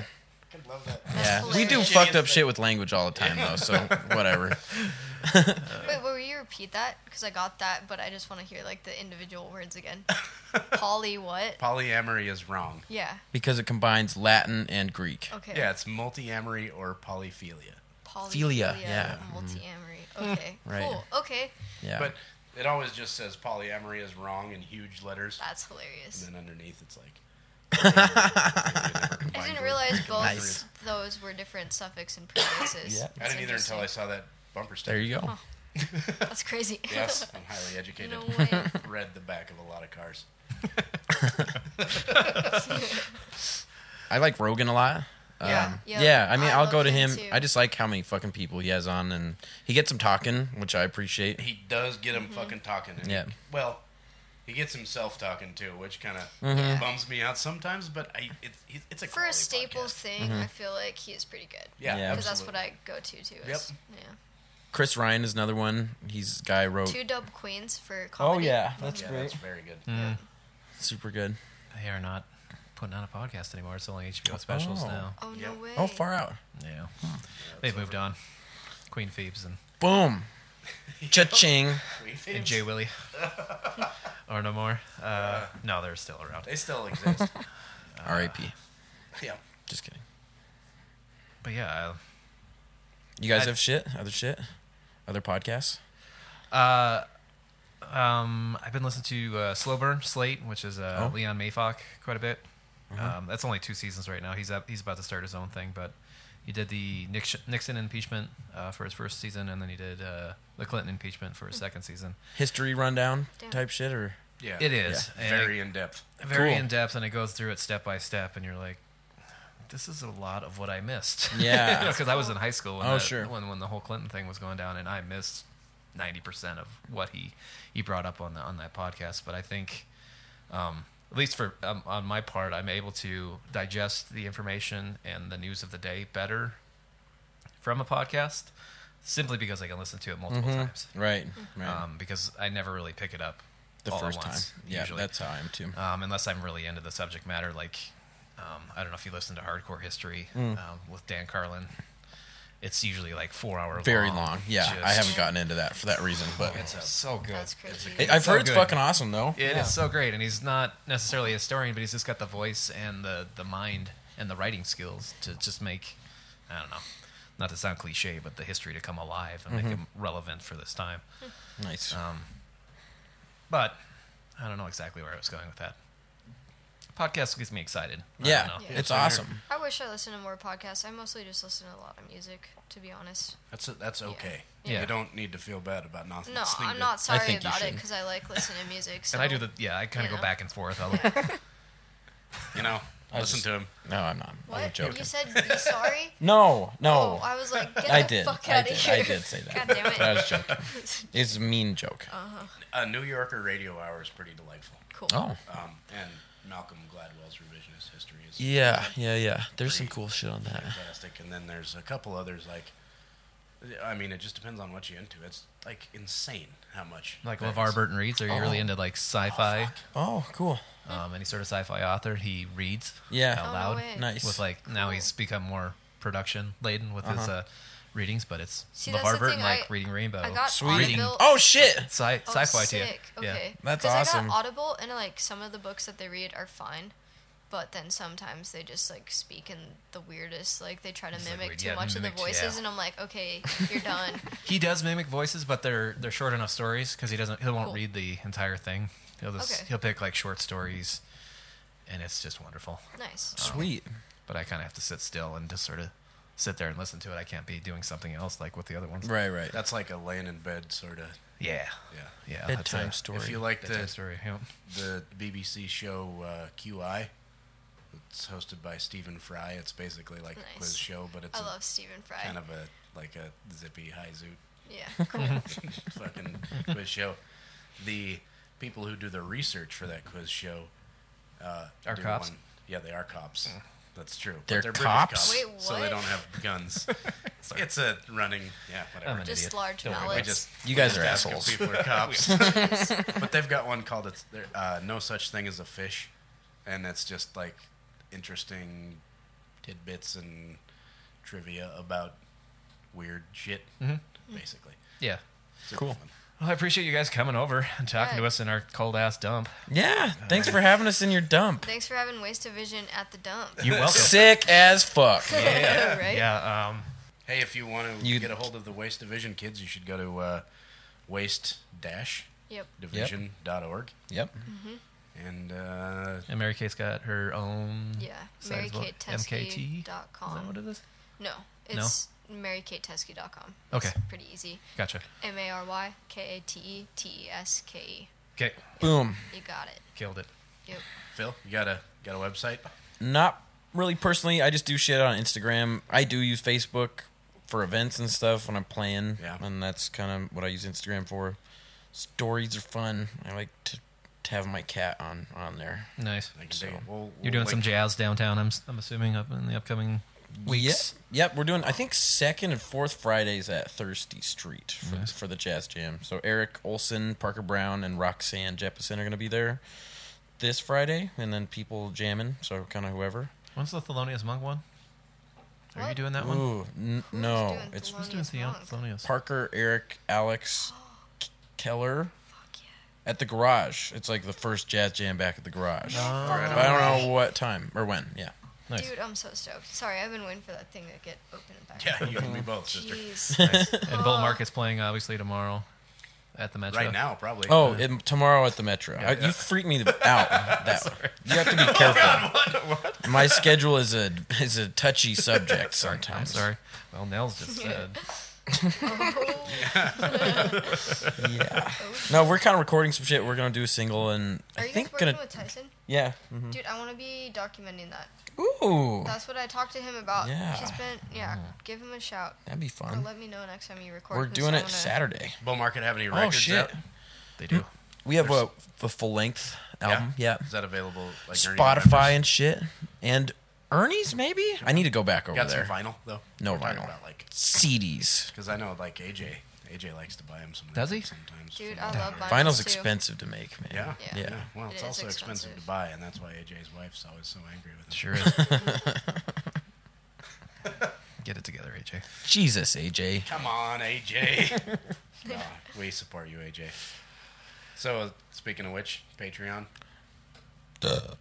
B: I love that.
C: Yeah, we do
E: hilarious.
C: fucked up shit with language all the time though,
E: [LAUGHS]
C: so whatever.
E: Wait, will you repeat that? Because I got that, but I just want to hear like the individual
C: [LAUGHS]
E: words again. Polly what?
B: Polyamory is wrong.
E: Yeah.
C: Because it combines Latin and Greek.
E: Okay.
B: Yeah, it's multiamory or polyphilia.
E: Polyphilia.
C: yeah. Mm-hmm.
E: Multi-amory. Okay.
C: Right.
E: Cool. Okay.
C: Yeah.
B: But it always just says polyamory is wrong in huge letters,
E: That's hilarious.
B: and then underneath it's
C: [LAUGHS]
B: like.
E: I didn't realize both
C: Nice.
E: those were different suffix and prefixes.
C: Yeah.
B: I
E: That's
B: didn't either until I
E: interesting.
B: saw that bumper sticker.
C: there you go.
E: That's crazy.
B: [LAUGHS]
E: [LAUGHS]
B: Yes, I'm highly educated.
E: no
B: [LAUGHS]
E: way.
B: Read the back of a lot of cars.
C: I like Rogan a lot.
E: Yeah.
C: Um,
E: Yeah.
C: yeah, I mean,
E: I
C: I will
E: love
C: go to
E: him
C: him.
E: too.
C: I just like how many fucking people he has on, and he gets them talking, which I appreciate.
B: He does get
E: Mm-hmm.
B: him fucking talking. and he-
C: Yeah.
B: well, he gets himself talking too, which kind of
C: Mm-hmm.
E: Yeah.
B: bums me out sometimes. But I, it's he- it's a
E: For a
B: quality
E: staple
B: podcast.
E: thing,
C: Mm-hmm.
E: I feel like he is pretty good.
B: Yeah,
C: Yeah.
E: Because that's what
B: absolutely.
E: I go to too. Is, Yeah.
C: Chris Ryan is another one. He's a guy who wrote.
E: Two dub queens
C: Oh,
E: for comedy.
C: that's Mm.
B: yeah, That's very good.
C: Super good.
D: They are not putting out a podcast anymore. It's only HBO specials
C: Oh.
D: now.
E: Oh no
B: Yep.
E: way.
C: Oh, far out.
D: Yeah. They've moved on. Queen Phoebes and
E: [LAUGHS]
C: Boom. Cha-ching.
D: and Jay Willie [LAUGHS] or no more. Uh, no, they're still around.
B: They still exist.
C: [LAUGHS] R.I.P.
B: yeah.
C: Just kidding.
D: But yeah,
C: You guys
D: I-
C: have shit? Other shit? Other podcasts?
D: uh, um, I've been listening to uh, Slow Burn Slate, which is uh,
C: Oh.
D: Leon Mayfock, quite a bit. Um, that's only two seasons right now. He's up, he's about to start his own thing, but he did the Nixon, Nixon impeachment uh, for his first season, and then he did uh, the Clinton impeachment for his second season.
C: History rundown
E: Damn.
C: type shit, or
B: Yeah.
D: It is
B: Very
D: and
B: in depth.
D: it- very
C: cool.
D: in depth, and it goes through it step by step, and you're like, this is a lot of what I missed. [LAUGHS]
C: Yeah.
D: because I was in high school when,
C: Oh,
D: that-
C: sure.
D: when when the whole Clinton thing was going down, and I missed ninety percent of what he he brought up on the on that podcast. But I think, um, at least for um, on my part, I'm able to digest the information and the news of the day better from a podcast, simply because I can listen to it multiple times.
C: Right. Mm-hmm. Right.
D: Um, because I never really pick it up
C: the
D: all at
C: first time.
D: once,
C: Yeah,
D: usually
C: that's how I am too.
D: um, unless I'm really into the subject matter. Like, um, I don't know if you listen to Hardcore History
C: Hmm.
D: um, with Dan Carlin. It's usually like four hours.
C: Very
D: long.
C: long. Yeah, I
D: Just-
C: haven't gotten into that for that reason, but
D: It's so good.
E: That's crazy.
C: Hey, I've
D: so
C: heard it's
D: good.
C: fucking awesome though.
D: It is
C: Yeah.
D: so great, and he's not necessarily a historian, but he's just got the voice and the the mind and the writing skills to just make. I don't know. Not to sound cliche, but the history to come alive and
C: Mm-hmm.
D: make it relevant for this time.
C: nice.
D: But I don't know exactly where I was going with that. Podcast gets me excited. I
C: yeah,
D: don't know.
E: Yeah.
C: it's awesome.
E: I wish I listened to more podcasts. I mostly just listen to a lot of music, to be honest.
B: That's that's okay.
D: Yeah.
B: You don't need to feel bad about not
E: No,
B: listening
E: I'm
B: to-
E: not sorry
C: think you
E: about it
C: should.
E: because I like listening
B: [LAUGHS]
E: to music. So
D: And I do the yeah. I kind of
E: You
D: go
E: know.
D: back and forth.
E: [LAUGHS]
D: I'll like,
B: You know,
C: I
B: listen
C: just-
B: to him.
C: No, I'm not. I'm
E: What?
C: joking.
E: You said
C: [LAUGHS]
E: you're sorry?
C: no,
E: Oh,
C: no.
E: I was like, get
C: I
E: the
C: did.
E: fuck
C: I
E: out of
C: did.
E: here.
C: I did say that.
E: [LAUGHS] God damn it.
C: But I was joking. It's a mean joke.
B: A New Yorker radio hour is pretty delightful.
E: cool.
C: oh.
B: Um, and Malcolm Gladwell's revisionist history is
C: Yeah, yeah, yeah. There's some cool shit on that.
B: fantastic. And then there's a couple others like, I mean, it just depends on what you're into. It's like insane how much.
D: like
B: that
D: LeVar
B: is.
D: Burton reads. Are you really
C: Oh.
D: into like sci-fi?
C: Oh, cool.
E: Mm-hmm.
D: um, any sort of sci-fi author, he reads
C: Yeah.
D: out
E: Oh, no
D: loud.
E: way.
C: Nice.
D: With like now he's become more production laden with
C: Uh-huh.
D: his uh, readings, but it's
E: See, that's
D: LeVar
E: the
D: Burton
E: thing,
D: like
E: I-
D: reading Rainbow.
E: I got
C: Sweet.
D: Reading
E: Audible.
C: Oh shit.
D: sci-
E: Oh,
D: sci-fi to you.
E: sick.
D: Yeah.
E: Okay.
C: That's
E: 'Cause I
C: awesome.
E: got Audible, and like some of the books that they read are fine, but then sometimes they just like speak in the weirdest. Like they try to
D: It's, like,
E: mimic
D: weird.
E: too
D: Yeah,
E: much of
D: mimicked,
E: the voices,
D: yeah.
E: and I'm like, okay,
D: [LAUGHS]
E: you're done.
D: He does mimic voices, but they're they're short enough stories because he doesn't he won't
E: Cool.
D: read the entire thing. He'll just
E: Okay.
D: he'll pick like short stories, and it's just wonderful.
E: nice.
C: Sweet.
D: But I kind of have to sit still and just sort of sit there and listen to it. I can't be doing something else like with the other ones.
C: Right, right.
B: That's like a laying in bed sort of.
D: Yeah.
B: Yeah.
D: Yeah. that's
C: Bedtime
D: a-
C: story.
B: If you like
D: Bedtime
B: the
D: story. Yeah.
B: the BBC show uh, QI, it's hosted by Stephen Fry. It's basically like a
E: Nice.
B: quiz show, but it's
E: I
B: a-
E: love Stephen Fry.
B: kind of a like a zippy high zoot [LAUGHS]
D: [LAUGHS]
E: Yeah. Cool.
B: fucking quiz show. The people who do the research for that quiz show uh,
D: Are
B: do
D: cops? Hmm.
B: yeah, they are cops. That's true. But
C: They're
B: British
C: cops?
E: Wait,
B: so they
E: what?
B: don't have
D: [LAUGHS]
B: guns. [LAUGHS] it's a running, yeah, whatever.
D: I'm an
E: Just
D: idiot.
E: large
D: Don't worry about
E: mallets.
B: we just
C: You guys
B: we
C: are
B: just ask if
C: assholes.
B: People are cops, but they've got one called it's there- uh, "No Such Thing as a Fish," and it's just like interesting tidbits and trivia about weird shit, basically.
D: Yeah.
B: Super
C: Cool.
B: fun.
D: Well, I appreciate you guys coming over and talking
E: Yeah.
D: to us in our cold ass dump.
C: Yeah. Thanks for having us in your dump.
E: Thanks for having Waste of Vision at the dump.
D: [LAUGHS] You're welcome.
C: Sick as fuck.
E: [LAUGHS]
D: [LAUGHS]
E: right?
D: Yeah. Um,
B: Hey, if you want to
C: You-
B: get a hold of the Waste Division kids, you should go to uh, waste dash
E: Yep.
B: division.org.
C: Yep.
B: And uh,
D: and Mary Kate's got her own.
E: Yeah.
D: Site as well. MKT? Is that what
E: MaryKateTesky.com.
D: it is?
E: No, it's MaryKateTesky.com.
D: Okay.
E: It's pretty easy.
D: Gotcha.
E: M A R Y K A T E T E S K E.
D: Okay.
C: Boom.
E: You got it.
D: Killed it.
E: Yep.
B: Phil, you got a got a website?
C: Not really personally. I just do shit on Instagram. I do use Facebook for events and stuff when I'm playing.
B: Yeah.
C: And that's kind of what I use Instagram for. Stories are fun. I like to, to have my cat on on there.
D: Nice.
B: I can dig it. We'll- we'll
D: You're doing some
B: link-
D: jazz downtown. I'm I'm assuming up in the upcoming weeks.
C: Yep, yep, we're doing. I think second and fourth Fridays at Thirsty Street for, for the jazz jam. So Eric Olson, Parker Brown, and Roxanne Jeppesen are going to be there this Friday, and then people jamming. So kind of whoever.
D: When's the Thelonious Monk one? Are you
E: What?
D: doing that one?
C: Ooh, n- no,
E: doing
C: it's
E: Thelonious?
D: Who's doing Theo-
E: Monk.
D: Thelonious?
C: Parker, Eric, Alex, K- Keller
E: Fuck yeah.
C: at the garage. It's like the first jazz jam back at the garage.
D: Ah.
B: right
C: But I don't know what time or when. Yeah.
D: Nice.
E: Dude, I'm so stoked. Sorry, I've been waiting for that thing to get open and back.
B: [LAUGHS] Yeah, you and me both, sister.
E: Jeez.
D: And Bull Market's playing obviously tomorrow at the Metro.
B: Right now, probably.
C: Oh, it, tomorrow at the Metro. I, You freak me the- out. That you have to be careful. My schedule is a is a touchy subject
D: I'm
C: sometimes.
D: sorry. Well, Nels
E: [LAUGHS]
D: just said.
E: oh,
C: Yeah. No, we're kind of recording some shit. We're gonna do a single, and
E: are
C: I
E: Oh. you guys
C: think
E: working
C: gonna
E: with Tyson?
C: Yeah. Mm-hmm.
E: Dude, I want to be documenting that.
C: Ooh,
E: That's what I talked to him about.
C: Yeah.
E: He's been, yeah, give him a shout.
C: that'd be
E: Or
C: fun.
E: let me know next time you record.
C: We're
E: 'cause
C: doing
E: I
C: it
E: wanna-
C: Saturday.
B: Bull Market have any records?
C: Oh shit. Mm,
B: out?
A: They do.
C: We have a, a full length album. Yeah.
B: Is that available? Like Ernie
C: Spotify
B: remembers?
C: and shit. And Ernie's maybe? I need to go back over
B: Got
C: there.
B: some vinyl though.
C: No
B: We're talking
C: vinyl.
B: About, like,
C: CDs.
B: because I know like AJ. AJ likes to buy him some.
A: Does he?
B: records Sometimes.
E: Dude,
B: from
E: I
B: the
E: love
B: library.
E: vinyl.
C: Vinyl's
E: too.
C: expensive to make, man.
B: Yeah.
E: Yeah.
C: Yeah.
B: Well,
E: It
B: it's
E: is
B: also expensive. to
E: expensive.
B: buy, and that's why AJ's wife's always so angry with him.
A: Sure
D: [LAUGHS]
A: is. Get it together, AJ.
C: Jesus, AJ.
B: [LAUGHS] Come on,
C: [LAUGHS]
B: AJ. Nah, we support you, AJ. So, uh, speaking of which, Patreon.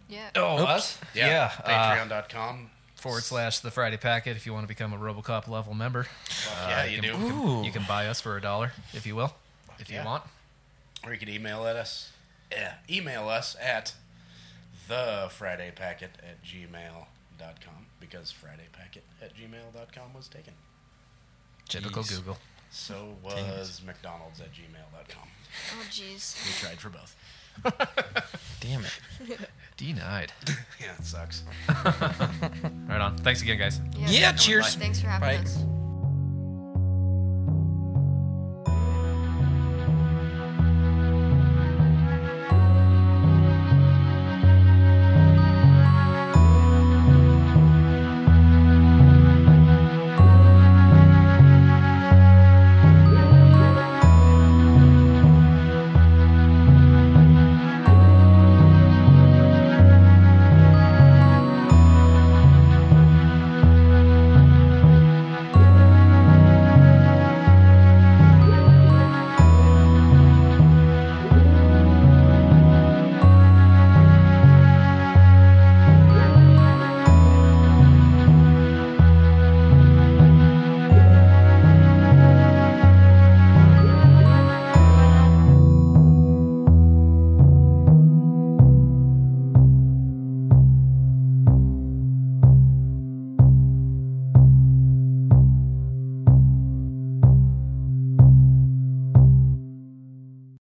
E: Yeah.
D: Oh,
C: Oops.
D: us? Yeah. uh,
B: Patreon.com.
D: forward slash the Friday Packet if you want to become a RoboCop level member.
C: uh,
B: yeah, you do.
C: Ooh.
D: You can buy us for a dollar if you will, if
B: yeah.
D: you want.
B: Or you can email at us. Yeah, email us at the Friday Packet at gmail.com because Friday Packet at gmail.com was taken.
D: Typical
C: Jeez.
D: Google.
B: So was McDonald's at gmail.com.
E: Oh, jeez.
B: We tried for both.
C: Damn it.
D: Denied.
B: [LAUGHS] Yeah, it sucks.
D: Right on. Thanks again, guys.
C: Yeah, cheers.
E: Thanks for having
C: Bye.
E: us.